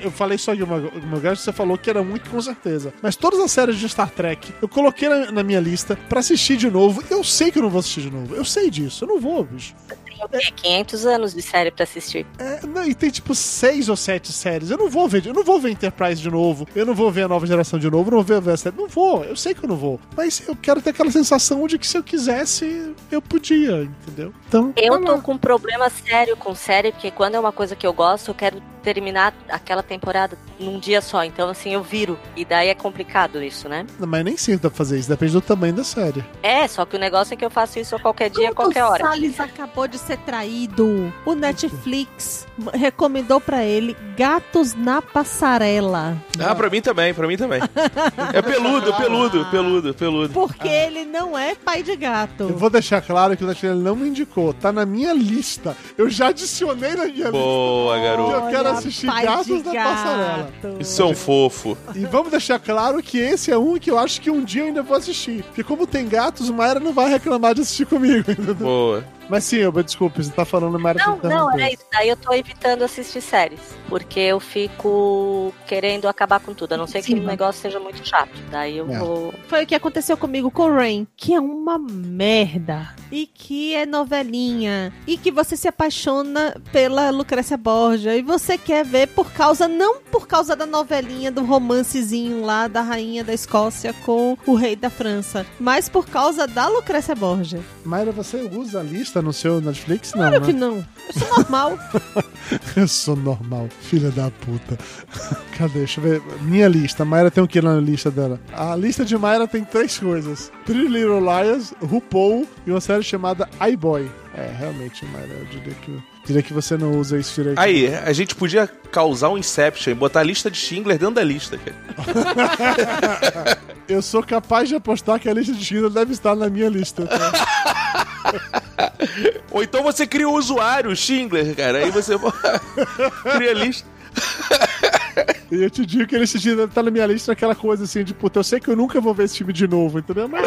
[SPEAKER 4] eu falei só Gilmore, Gilmore Girls, você falou que era muito com certeza. Mas todas as séries de Star Trek eu coloquei na, na minha lista pra assistir de novo. Eu sei que eu não vou assistir de novo. Eu sei disso, eu não vou, bicho.
[SPEAKER 3] Tem o quê? 500 é, anos de série pra assistir.
[SPEAKER 4] É, não, e tem tipo seis ou sete séries. Eu não vou ver, eu não vou ver Enterprise de novo, eu não vou ver a nova geração de novo, eu não vou ver a série. Não vou, eu sei que eu não vou. Mas eu quero ter aquela sensação de que se eu quisesse, eu podia, entendeu? Então,
[SPEAKER 3] Eu
[SPEAKER 4] vai
[SPEAKER 3] tô
[SPEAKER 4] lá.
[SPEAKER 3] com um problema sério com série, porque quando é uma coisa que eu gosto, eu quero terminar aquela temporada num dia só. Então, assim, eu viro. E daí é complicado isso, né?
[SPEAKER 4] Mas nem sempre dá pra fazer isso, depende do tamanho da série.
[SPEAKER 3] É, só que o negócio é que eu faço isso a qualquer dia, a
[SPEAKER 2] Como
[SPEAKER 3] qualquer
[SPEAKER 2] o
[SPEAKER 3] hora.
[SPEAKER 2] Salles acabou de ser traído. O Netflix recomendou pra ele Gatos na Passarela.
[SPEAKER 5] Ah, pra mim também, pra mim também. É peludo, peludo, peludo, peludo.
[SPEAKER 2] Porque ele não é pai de gato.
[SPEAKER 4] Ah. Eu vou deixar claro que o Netflix não me indicou, tá na minha lista. Eu já adicionei na minha lista.
[SPEAKER 5] Boa, garoto.
[SPEAKER 4] Eu quero para assistir
[SPEAKER 2] Rapaz
[SPEAKER 4] Gatos
[SPEAKER 2] de
[SPEAKER 4] na
[SPEAKER 2] gato.
[SPEAKER 4] Passarela.
[SPEAKER 5] Isso é um fofo.
[SPEAKER 4] E vamos deixar claro que esse é um que eu acho que um dia eu ainda vou assistir. Porque como tem gatos, o Mayra não vai reclamar de assistir comigo. [LAUGHS] entendeu?
[SPEAKER 5] Boa.
[SPEAKER 4] Mas sim, Elba, desculpa, você tá falando Mayra
[SPEAKER 3] Não,
[SPEAKER 4] você tá
[SPEAKER 3] não,
[SPEAKER 4] falando.
[SPEAKER 3] é isso. Daí eu tô evitando assistir séries. Porque eu fico querendo acabar com tudo. A não ser que
[SPEAKER 2] Sim.
[SPEAKER 3] o negócio seja muito chato. Daí eu
[SPEAKER 4] né? É.
[SPEAKER 3] vou.
[SPEAKER 2] Foi o que aconteceu comigo com o Rain, que é uma merda. E que é novelinha. E que você se apaixona pela Lucrécia Borgia. E você quer ver por causa, não por causa da novelinha, do romancezinho lá da rainha da Escócia com o rei da França, mas por causa da Lucrécia Borgia.
[SPEAKER 4] Mayra, você usa a lista no seu Netflix? Não,
[SPEAKER 2] Claro
[SPEAKER 4] né?
[SPEAKER 2] que não. Isso é normal. [LAUGHS]
[SPEAKER 4] [LAUGHS] Eu sou normal, filha da puta. [LAUGHS] Cadê? Deixa eu ver. Minha lista. Mayra tem o que na lista dela? A lista de Mayra tem três coisas: Three Little Liars, RuPaul e uma série chamada iBoy. É, realmente, Mayra, eu diria que, diria que você não usa isso direito.
[SPEAKER 5] Aí, a gente podia causar um Inception, botar a lista de Schindler dentro da lista, cara.
[SPEAKER 4] Eu sou capaz de apostar que a lista de Schindler deve estar na minha lista. tá?
[SPEAKER 5] Ou então você cria o usuário Schindler, cara. Aí você [LAUGHS] cria a lista.
[SPEAKER 4] e eu te digo que a lista de Schindler deve estar tá na minha lista aquela coisa assim de puta, eu sei que eu nunca vou ver esse time de novo, entendeu? [LAUGHS] Mas.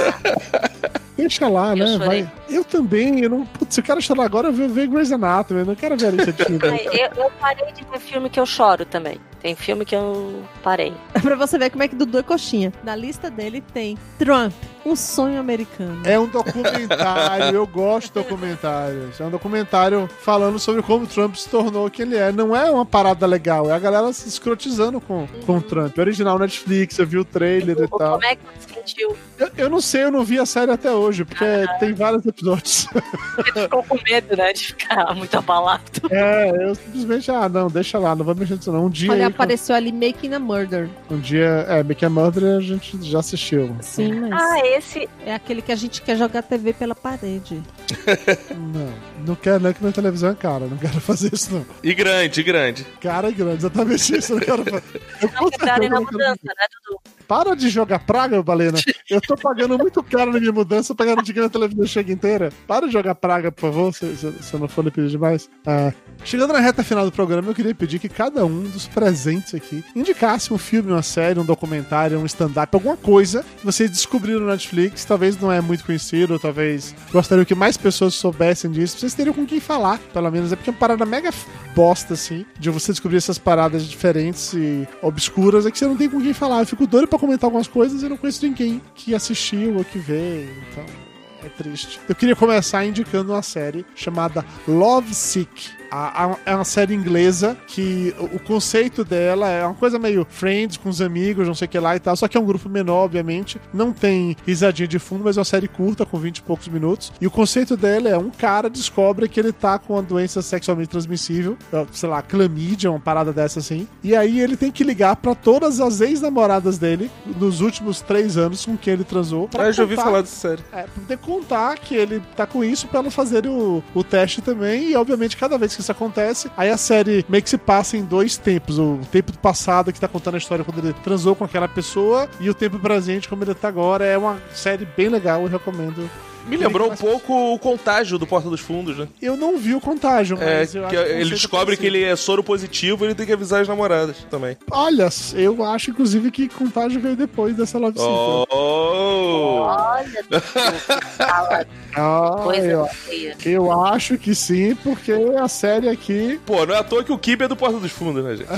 [SPEAKER 4] Deixa lá, né?
[SPEAKER 3] chorei.
[SPEAKER 4] Vai. Eu também, eu não. Putz, eu quero chorar agora, eu vou ver Grey's Anatomy, eu não quero ver a lista de Schindler.
[SPEAKER 3] Ai, Eu, eu parei de ver filme que eu choro também. Tem filme que eu parei.
[SPEAKER 2] pra você ver como é que Dudu é coxinha. Na lista dele tem Trump, um sonho americano.
[SPEAKER 4] [LAUGHS] É um documentário, eu gosto de documentários. É um documentário falando sobre como o Trump se tornou o que ele é. Não é uma parada legal, é a galera se escrotizando com, com o Trump. Original Netflix, eu vi o trailer e tal.
[SPEAKER 3] Como é que você sentiu?
[SPEAKER 4] Eu, eu não sei, eu não vi a série até hoje, porque tem vários episódios.
[SPEAKER 3] Você ficou com medo, né? De ficar muito abalado.
[SPEAKER 4] É, eu simplesmente, ah, não, deixa lá, não vou mexer nisso não. Um dia,
[SPEAKER 2] Olha,
[SPEAKER 4] aí,
[SPEAKER 2] apareceu ali Making a Murder.
[SPEAKER 4] um dia, é, Make a Murder a gente já assistiu.
[SPEAKER 2] Sim, mas
[SPEAKER 3] Ah, esse.
[SPEAKER 2] é aquele que a gente quer jogar TV pela parede.
[SPEAKER 4] Não, não quero não que minha televisão é cara, não quero fazer isso não.
[SPEAKER 5] E grande, e grande.
[SPEAKER 4] Cara é grande, exatamente isso, não quero fazer. Eu, com
[SPEAKER 3] Não entrarem
[SPEAKER 4] certeza
[SPEAKER 3] na
[SPEAKER 4] não quero
[SPEAKER 3] mudança, né, Dudu?
[SPEAKER 4] Para de jogar praga, Balena. Eu tô pagando muito caro na minha mudança pra garantir que minha televisão chega inteira. Para de jogar praga, por favor, se, se, se eu não for lhe pedir demais. Ah, chegando na reta final do programa, eu queria pedir que cada um dos presentes aqui indicasse um filme, uma série, um documentário, um stand-up, alguma coisa que vocês descobriram no Netflix. Talvez não é muito conhecido, talvez gostariam que mais pessoas soubessem disso. pra Vocês teriam com quem falar, pelo menos. É porque é uma parada mega f- bosta, assim, de você descobrir essas paradas diferentes e obscuras, é que você não tem com quem falar. Eu fico doido pra comentar algumas coisas e não conheço ninguém que assistiu ou que vê, então é triste. Eu queria começar indicando uma série chamada Love Sick. A- a- É uma série inglesa que o o conceito dela é uma coisa meio friends com os amigos, não sei o que lá e tal. Só que é um grupo menor, obviamente. Não tem risadinha de fundo, mas é uma série curta, com 20 e poucos minutos. E o conceito dela é um cara descobre que ele tá com uma doença sexualmente transmissível, eh, sei lá, clamídia, uma parada dessa assim. E aí ele tem que ligar pra todas as ex-namoradas dele nos últimos três anos com quem ele transou. pra
[SPEAKER 5] Ah, eu já ouvi
[SPEAKER 4] contar
[SPEAKER 5] falar dessa série.
[SPEAKER 4] é, pra poder contar que ele tá com isso pra elas fazerem o, o teste também. E, obviamente, cada vez que isso acontece, aí a série meio que se passa em dois tempos. O tempo do passado, que tá contando a história quando ele transou com aquela pessoa, e o tempo presente, como ele tá agora. É uma série bem legal, eu recomendo.
[SPEAKER 5] Me lembrou um pouco o contágio do Porta dos Fundos, né?
[SPEAKER 4] Eu não vi o contágio,
[SPEAKER 5] É,
[SPEAKER 4] mas eu
[SPEAKER 5] que
[SPEAKER 4] acho um
[SPEAKER 5] ele descobre que ele é soro positivo e ele tem que avisar as namoradas também.
[SPEAKER 4] Olha, eu acho, inclusive, que contágio veio depois dessa Love
[SPEAKER 5] Oh!
[SPEAKER 4] Simple.
[SPEAKER 3] Olha, Dudu. Fala
[SPEAKER 4] Ah,
[SPEAKER 3] coisa
[SPEAKER 4] eu,
[SPEAKER 3] feia.
[SPEAKER 4] eu acho que sim, porque a série aqui
[SPEAKER 5] Pô, não é à toa que o Kibe é do Porta dos
[SPEAKER 4] [LAUGHS]
[SPEAKER 5] Fundos, né, gente?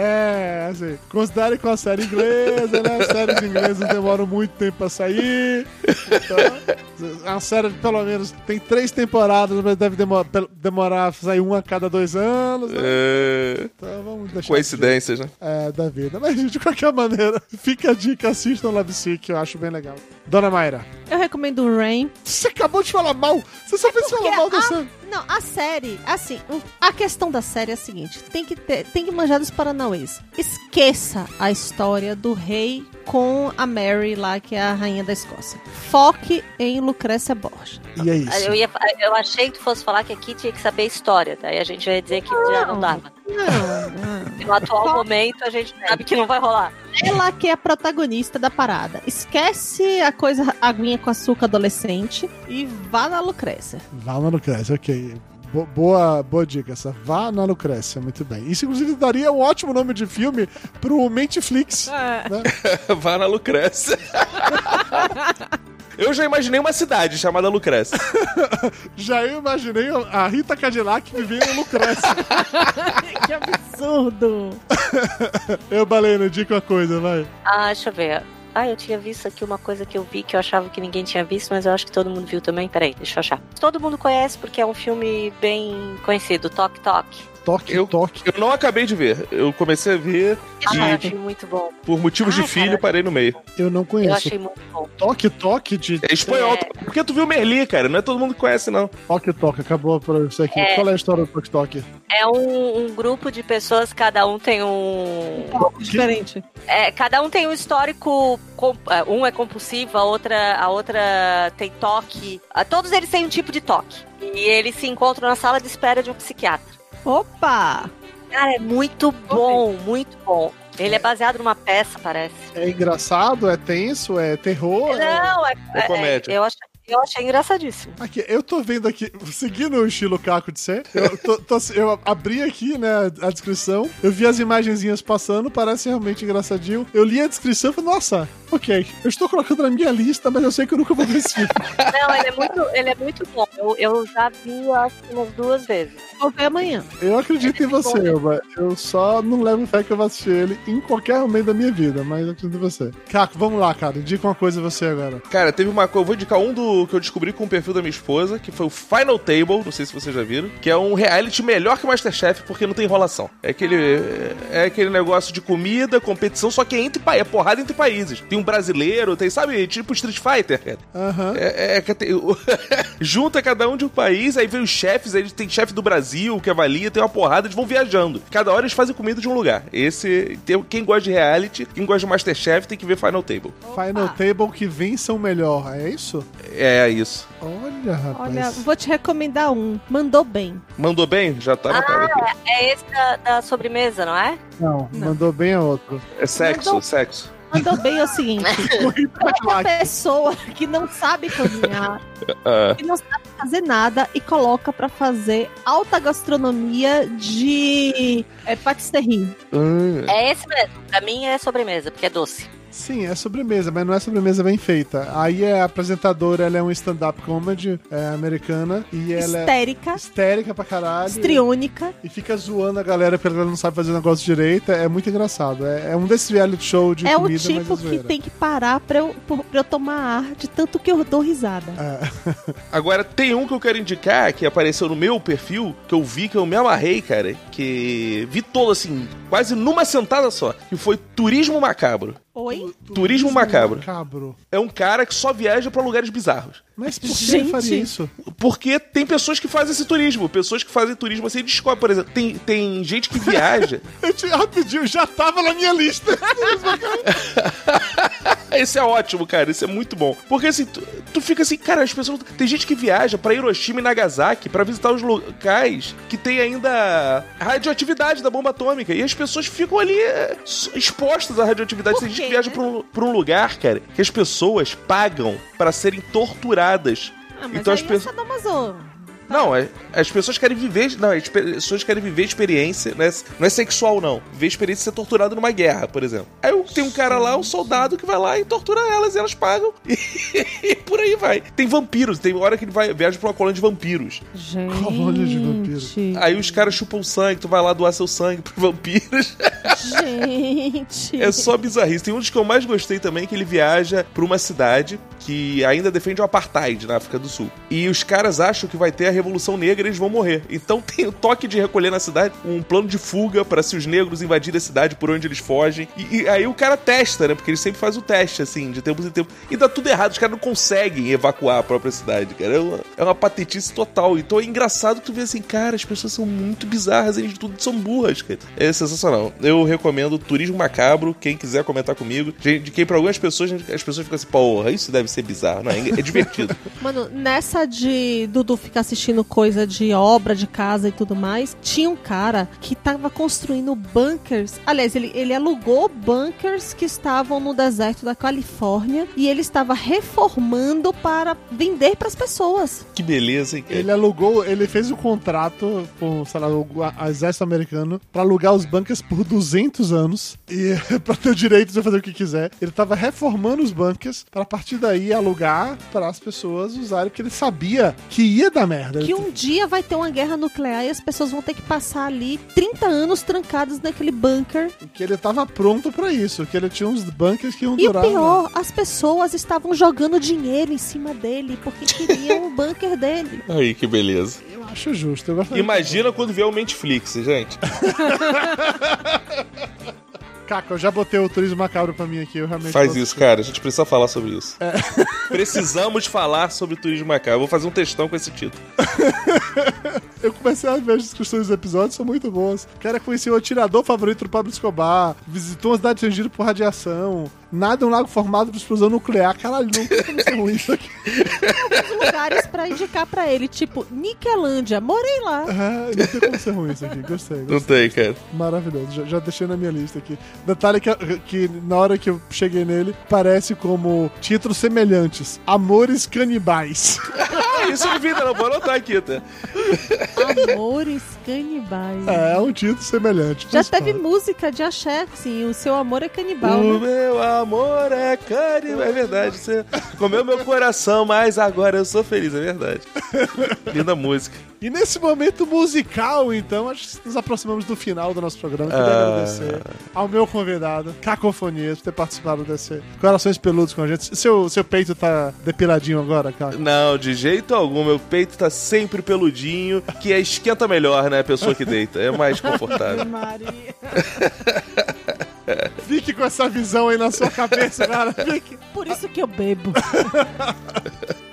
[SPEAKER 4] É, assim, considere com a série inglesa, né? As séries inglesas demoram muito tempo pra sair. Então, a série, pelo menos, tem três temporadas, mas deve demor- pel- demorar, pra sair uma a cada dois anos. né?
[SPEAKER 5] É,
[SPEAKER 4] Então vamos deixar.
[SPEAKER 5] Coincidências, né? [LAUGHS]
[SPEAKER 4] É, da vida. Mas, de qualquer maneira, fica a dica, assistam Love Sick, eu acho bem legal. Dona Mayra,
[SPEAKER 2] Eu recomendo o Rain.
[SPEAKER 4] você acabou de falar mal! Você só fez falar
[SPEAKER 2] porque
[SPEAKER 4] mal da série.
[SPEAKER 2] Não, a série, assim, o- a questão da série é a seguinte: tem que, ter, tem que manjar dos paranauês. Esqueça a história do rei com a Mary lá, que é a rainha da Escócia. Foque em Lucrécia Borgia.
[SPEAKER 4] E é isso.
[SPEAKER 3] Eu, ia, eu achei que tu fosse falar que aqui tinha que saber a história. Daí a gente vai dizer que já não dava.
[SPEAKER 2] Não,
[SPEAKER 3] No atual momento, a gente sabe que não vai rolar.
[SPEAKER 2] [LAUGHS] Ela que é a protagonista da parada. Esquece a coisa aguinha com açúcar adolescente e vá na Lucrécia.
[SPEAKER 4] Vá lá no Crash, ok. bo- boa, boa dica essa. Vá na Lucrécia, muito bem. Isso, inclusive, daria um ótimo nome de filme pro Menteflix.
[SPEAKER 2] É.
[SPEAKER 5] Vá na Lucrécia. Eu já imaginei uma cidade chamada Lucrécia.
[SPEAKER 4] [LAUGHS] Já eu imaginei a Rita Cadillac vivendo em Lucrécia.
[SPEAKER 2] [LAUGHS] que absurdo.
[SPEAKER 4] [LAUGHS] eu, Baleno, dica uma coisa, vai.
[SPEAKER 3] Ah, deixa eu ver. Ah, eu tinha visto aqui uma coisa que eu vi que eu achava que ninguém tinha visto, mas eu acho que todo mundo viu também. Peraí, deixa eu achar. Todo mundo conhece porque é um filme bem conhecido, Tok Tok.
[SPEAKER 4] Toque,
[SPEAKER 5] Eu-
[SPEAKER 4] toque.
[SPEAKER 5] Eu não acabei de ver. Eu comecei a ver
[SPEAKER 3] Ah,
[SPEAKER 5] de-
[SPEAKER 3] eu achei muito bom.
[SPEAKER 5] por motivos
[SPEAKER 3] Ah,
[SPEAKER 5] de filho
[SPEAKER 3] cara.
[SPEAKER 5] parei no meio.
[SPEAKER 4] Eu não
[SPEAKER 3] Eu
[SPEAKER 4] conheço.
[SPEAKER 3] achei muito bom.
[SPEAKER 4] Toque, toque de
[SPEAKER 5] É espanhol.
[SPEAKER 3] É.
[SPEAKER 5] Porque tu viu Merli, cara. Não é todo mundo que conhece, não.
[SPEAKER 4] toque, toque. Acabou pra isso aqui.
[SPEAKER 3] É.
[SPEAKER 4] Qual é a história do toque, toque?
[SPEAKER 3] É um, um grupo de pessoas, cada um tem um.
[SPEAKER 2] Diferente.
[SPEAKER 3] É, cada um tem um histórico. com- é, Um é compulsivo, a outra, a outra tem toque. Ah, Todos eles têm um tipo de toque. E eles se encontram na sala de espera de um psiquiatra.
[SPEAKER 2] Opa!
[SPEAKER 3] Cara, é muito bom, muito bom. Ele é baseado numa peça, parece.
[SPEAKER 4] É engraçado? É tenso? É terror? É-
[SPEAKER 3] Não, é,
[SPEAKER 5] É comédia.
[SPEAKER 3] é- eu, achei, eu achei engraçadíssimo.
[SPEAKER 4] Aqui, eu tô vendo aqui, seguindo o estilo Caco de ser, eu, tô- tô- eu abri aqui, né, a descrição, eu vi as imagenzinhas passando, parece realmente engraçadinho. Eu li a descrição e falei, nossa, ok, eu estou colocando na minha lista, mas eu sei que eu nunca vou ver esse filme.
[SPEAKER 3] Não, ele é muito, ele é muito bom. Eu, eu já vi acho, que umas duas vezes.
[SPEAKER 2] Vou ver amanhã.
[SPEAKER 4] [LAUGHS] Eu acredito em você, Elba. Eu só não levo fé que eu vou assistir ele em qualquer momento da minha vida, mas eu acredito em você. Caco, vamos lá, cara, indica uma coisa você agora.
[SPEAKER 5] Cara, teve uma coisa. Eu vou indicar um do que eu descobri com o perfil da minha esposa, que foi o Final Table, não sei se vocês já viram, que é um reality melhor que Masterchef, porque não tem enrolação. É aquele. É aquele negócio de comida, competição, só que é entre países, é porrada entre países. Tem um brasileiro, tem, sabe, tipo Street Fighter, cara.
[SPEAKER 4] Aham.
[SPEAKER 5] É, é, que tem- [LAUGHS] junta cada um de um país, aí vem os chefes, aí tem chefe do Brasil, que avalia, tem uma porrada, eles vão viajando. Cada hora eles fazem comida de um lugar. Esse, tem- quem gosta de reality, quem gosta de Masterchef, tem que ver Final Table.
[SPEAKER 4] Final Table que vença o melhor, é isso?
[SPEAKER 5] É isso.
[SPEAKER 4] Olha, rapaz.
[SPEAKER 2] Olha, vou te recomendar um. Mandou bem.
[SPEAKER 5] Mandou bem? Já tá anotado aqui.
[SPEAKER 3] É esse da, da sobremesa, não é?
[SPEAKER 4] Não,
[SPEAKER 2] Não.
[SPEAKER 4] mandou bem a [LAUGHS] outro.
[SPEAKER 5] É sexo,
[SPEAKER 2] Mandou-
[SPEAKER 5] sexo.
[SPEAKER 2] Mandou bem é o
[SPEAKER 5] [LAUGHS]
[SPEAKER 2] seguinte: uma pessoa que não sabe cozinhar,
[SPEAKER 5] Ah,
[SPEAKER 2] que não sabe fazer nada e coloca pra fazer alta gastronomia de é, patisserie.
[SPEAKER 5] ah.
[SPEAKER 3] É esse mesmo. Pra mim é sobremesa, porque é doce.
[SPEAKER 4] Sim, é sobremesa, mas não é sobremesa bem feita. Aí é apresentadora, ela é um stand-up comedy é, americana e ela é
[SPEAKER 2] Histérica,
[SPEAKER 4] histérica pra caralho.
[SPEAKER 2] histriônica.
[SPEAKER 4] E fica zoando a galera porque ela não sabe fazer o negócio direito. É muito engraçado. É, é um desses reality show de
[SPEAKER 2] É o
[SPEAKER 4] comida, mas é
[SPEAKER 2] tipo que
[SPEAKER 4] zoeira.
[SPEAKER 2] tem que parar pra eu, por- pra eu tomar ar de tanto que eu dou risada.
[SPEAKER 4] É.
[SPEAKER 5] Agora, tem um que eu quero indicar, que apareceu no meu perfil, que eu vi, que eu me amarrei, cara, que vi todo, assim, quase numa sentada só, que foi Turismo Macabro.
[SPEAKER 2] Oi?
[SPEAKER 5] Turismo macabro.
[SPEAKER 4] macabro.
[SPEAKER 5] é um cara que só viaja pra lugares bizarros.
[SPEAKER 4] Mas por que ele
[SPEAKER 2] Gente.
[SPEAKER 4] faria isso?
[SPEAKER 5] Porque tem pessoas que fazem esse turismo, pessoas que fazem turismo assim, descobre, por exemplo, tem, tem gente que [LAUGHS] viaja.
[SPEAKER 4] Eu te, rapidinho, já tava na minha lista.
[SPEAKER 5] [LAUGHS] esse é ótimo, cara, esse é muito bom. Porque assim, tu, tu fica assim, cara, as pessoas. Tem gente que viaja pra Hiroshima e Nagasaki pra visitar os locais que tem ainda a radioatividade da bomba atômica. E as pessoas ficam ali é, s- expostas à radioatividade.
[SPEAKER 2] Por
[SPEAKER 5] Tem gente que
[SPEAKER 2] quê,
[SPEAKER 5] viaja
[SPEAKER 2] né?
[SPEAKER 5] pra um, pra um lugar, cara, que as pessoas pagam pra serem torturadas.
[SPEAKER 2] Ah, mas
[SPEAKER 5] Então as
[SPEAKER 2] aí
[SPEAKER 5] pessoas-
[SPEAKER 2] é Sadomaso.
[SPEAKER 5] Não, é- as pessoas querem viver. Não, as pe- pessoas querem viver experiência, né? Não é sexual, não. Viver experiência de ser torturado numa guerra, por exemplo. Aí eu- tem um cara lá, um soldado, que vai lá e tortura elas e elas pagam. [LAUGHS] E, por aí vai. Tem vampiros, tem hora que ele vai, viaja pra uma colônia de vampiros.
[SPEAKER 2] Gente.
[SPEAKER 4] Colônia de vampiro.
[SPEAKER 5] Aí os caras chupam sangue, tu vai lá doar seu sangue pros vampiros. [LAUGHS]
[SPEAKER 2] Gente.
[SPEAKER 5] É só bizarrice. Tem um dos que eu mais gostei também, que ele viaja pra uma cidade que ainda defende o apartheid na África do Sul. E os caras acham que vai ter a Revolução Negra e eles vão morrer. Então [LAUGHS] tem o toque de recolher na cidade um plano de fuga pra se os negros invadirem a cidade por onde eles fogem. E, e aí o cara testa, né? Porque ele sempre faz o teste, assim, de tempos em tempos. E dá tudo errado, os caras não conseguem evacuar a própria cidade, cara. É uma, é uma patetice total. Então é engraçado que tu vê assim, cara, as pessoas são muito bizarras, eles tudo são burras, cara. É sensacional. Eu recomendo Turismo Macabro, quem quiser comentar comigo. Gente, De quem pra algumas pessoas, as pessoas ficam assim, porra, isso deve ser ser bizarro. Não, é é divertido.
[SPEAKER 2] Mano, nessa de Dudu ficar assistindo coisa de obra, de casa e tudo mais, tinha um cara que tava construindo bunkers. Aliás, ele, ele alugou bunkers que estavam no deserto da Califórnia e ele estava reformando para vender pras pessoas.
[SPEAKER 5] [LAUGHS] que beleza, hein? cara?
[SPEAKER 4] Ele alugou, ele fez o contrato com, sei lá, o gua- o exército americano pra alugar os bunkers por 200 anos e [LAUGHS] pra ter o direito de fazer o que quiser. Ele tava reformando os bunkers pra a partir daí alugar pra as pessoas usarem, porque ele sabia que ia dar merda.
[SPEAKER 2] Que um dia vai ter uma guerra nuclear e as pessoas vão ter que passar ali 30 anos trancadas naquele bunker.
[SPEAKER 4] Que ele tava pronto pra isso, que ele tinha uns bunkers que iam
[SPEAKER 2] E o
[SPEAKER 4] durar.
[SPEAKER 2] pior, as pessoas estavam jogando dinheiro em cima dele porque queriam o bunker dele.
[SPEAKER 5] é- Aí, que beleza.
[SPEAKER 4] Eu acho justo, eu gosto
[SPEAKER 5] Imagina quando vier o Netflix, gente.
[SPEAKER 4] Caca, eu já botei o turismo macabro pra mim aqui, eu realmente.
[SPEAKER 5] Faz
[SPEAKER 4] gosto.
[SPEAKER 5] isso, cara. A gente precisa falar sobre isso. Precisamos falar sobre turismo macabro. Vou fazer um textão com esse título.
[SPEAKER 4] Eu comecei a ver as discussões dos episódios, são muito boas. O cara conheceu o atirador favorito do Pablo Escobar, visitou uma cidade atingida por radiação, nada um lago formado por explosão nuclear. Caralho, não tem como ser ruim isso [LAUGHS] aqui.
[SPEAKER 2] Os lugares pra indicar pra ele, tipo, Niquelândia, morei lá.
[SPEAKER 4] Ah, não tem como ser ruim isso aqui. Gostei,
[SPEAKER 5] Não
[SPEAKER 4] gostei.
[SPEAKER 5] tem, cara.
[SPEAKER 4] Maravilhoso. Já, já deixei na minha lista aqui. Detalhe que, que na hora que eu cheguei nele, parece como títulos semelhantes. Amores canibais.
[SPEAKER 5] Ah, isso eu não vi, não. Vou anotar aqui, tá?
[SPEAKER 2] Amores canibais.
[SPEAKER 4] [LAUGHS] É, é um título semelhante.
[SPEAKER 2] Já
[SPEAKER 4] Mas,
[SPEAKER 2] teve
[SPEAKER 4] cara,
[SPEAKER 2] música de axé, sim, o seu amor é
[SPEAKER 4] Tá
[SPEAKER 2] canibal,
[SPEAKER 5] O
[SPEAKER 2] né?
[SPEAKER 5] meu amor é carinho. É verdade. Você comeu meu coração, mas agora eu sou feliz. É verdade. Linda música.
[SPEAKER 4] E nesse momento musical, então, acho que nos aproximamos do final do nosso programa. Queria
[SPEAKER 5] Ah.
[SPEAKER 4] agradecer ao meu convidado, Cacofonias, por ter participado desse Corações Peludos com a gente. Seu, seu peito tá depiladinho agora, Caco?
[SPEAKER 5] Não, de jeito algum. Meu peito tá sempre peludinho, que é esquenta melhor, né? A pessoa que deita. É mais confortável.
[SPEAKER 2] Maria.
[SPEAKER 4] Fique com essa visão aí na sua
[SPEAKER 5] [LAUGHS]
[SPEAKER 4] cabeça, cara. Fique.
[SPEAKER 2] Por isso que eu bebo.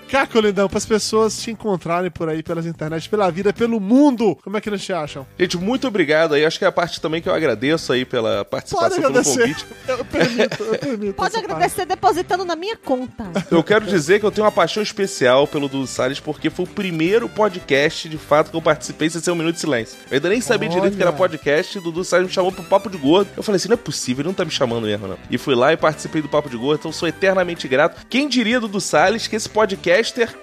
[SPEAKER 4] Caco, lindão, para as pessoas te encontrarem por aí, pelas internet, pela vida, pelo mundo, como é que eles te acham?
[SPEAKER 5] Gente, muito obrigado aí. Acho que é a parte também que eu agradeço aí pela
[SPEAKER 4] Pode
[SPEAKER 5] participação, pelo
[SPEAKER 4] agradecer.
[SPEAKER 5] um convite.
[SPEAKER 4] Eu permito, eu permito.
[SPEAKER 2] Pode
[SPEAKER 4] essa
[SPEAKER 2] agradecer depositando na minha conta.
[SPEAKER 5] Eu quero dizer que eu tenho uma paixão especial pelo Dudu Salles, porque foi o primeiro podcast, de fato, que eu participei sem ser um minuto de silêncio. Eu ainda nem sabia
[SPEAKER 4] Olha.
[SPEAKER 5] direito que era podcast, e o Dudu Salles me chamou pro Papo de Gordo. Eu falei assim, não é possível, ele não tá me chamando mesmo, não. E fui lá e participei do Papo de Gordo, então sou eternamente grato. Quem diria, Dudu Salles, que esse podcaster,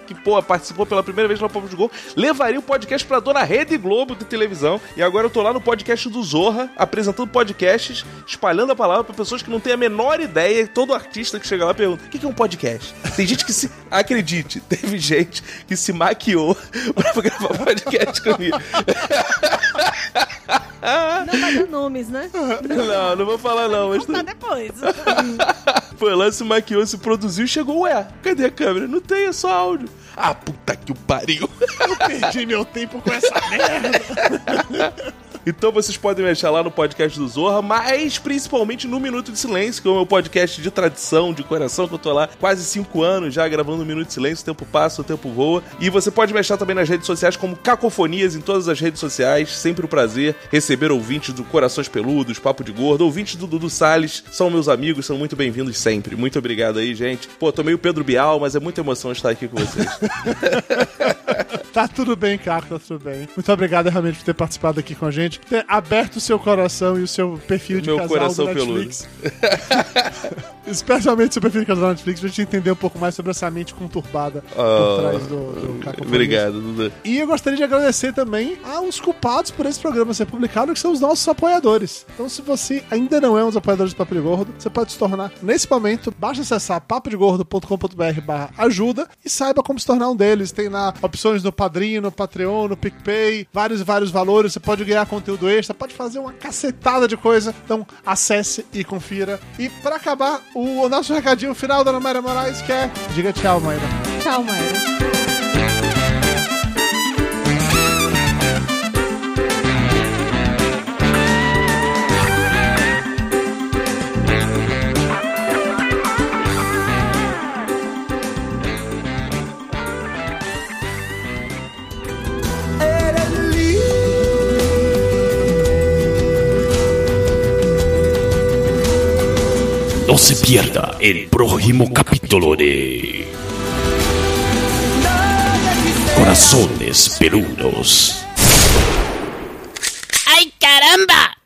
[SPEAKER 5] que, pô, participou pela primeira vez no Papo de Gordo, levaria o podcast pra dona Rede Globo de televisão. E agora eu tô lá no podcast do Zorra, apresentando podcasts, espalhando a palavra pra pessoas que não têm a menor ideia. Todo artista que chega lá pergunta: o que que é um podcast? Tem gente que se. [LAUGHS] Acredite, teve gente que se maquiou [LAUGHS] pra gravar podcast comigo.
[SPEAKER 2] Não vai dar nomes, né?
[SPEAKER 5] Não, não vou falar não, mas
[SPEAKER 2] Tá depois.
[SPEAKER 5] foi lá, se maquiou, se produziu e chegou, ué, cadê a câmera? Não tem, é só áudio. Ah, puta que o pariu.
[SPEAKER 4] parte. Perdi meu tempo com essa merda.
[SPEAKER 5] Então vocês podem me achar lá no podcast do Zorra, mas principalmente no Minuto de Silêncio, que é o meu podcast de tradição, de coração, que eu tô lá quase cinco anos já gravando o Minuto de Silêncio, o tempo passa, o tempo voa. E você pode me achar também nas redes sociais como Cacofonias em todas as redes sociais. Sempre um prazer receber ouvintes do Corações Peludos, Papo de Gordo, ouvintes do Dudu Salles, são meus amigos, são muito bem-vindos sempre. Muito obrigado aí, gente. Pô, tô meio Pedro Bial, mas é muita emoção estar aqui com vocês.
[SPEAKER 4] Tá tudo bem, Caco, tá tudo bem. Muito obrigado realmente por ter participado aqui com a gente, por ter aberto o seu coração e o seu perfil de
[SPEAKER 5] Meu
[SPEAKER 4] casal
[SPEAKER 5] coração
[SPEAKER 4] do Netflix. [LAUGHS] Especialmente seu perfil de casal do Netflix, pra gente entender um pouco mais sobre essa mente conturbada por
[SPEAKER 5] Ah,
[SPEAKER 4] trás do, do Caco.
[SPEAKER 5] obrigado, Dudu.
[SPEAKER 4] E eu gostaria de agradecer também aos culpados por esse programa ser publicado, que são os nossos apoiadores. Então, se você ainda não é um dos apoiadores do Papo de Gordo, você pode se tornar nesse momento. Basta acessar papodegordo.com.br barra ajuda e saiba como se tornar um deles. Tem lá opções no Padrinho, no Patreon, no PicPay, vários e vários valores. Você pode ganhar conteúdo extra, pode fazer uma cacetada de coisa. Então, acesse e confira. E para acabar, o nosso recadinho final da Ana Maria Moraes, que é... Diga tchau, Mayra.
[SPEAKER 2] Tchau, Maíra.
[SPEAKER 1] No se pierda el próximo capítulo de Corazones Peludos.
[SPEAKER 6] ¡Ay, caramba!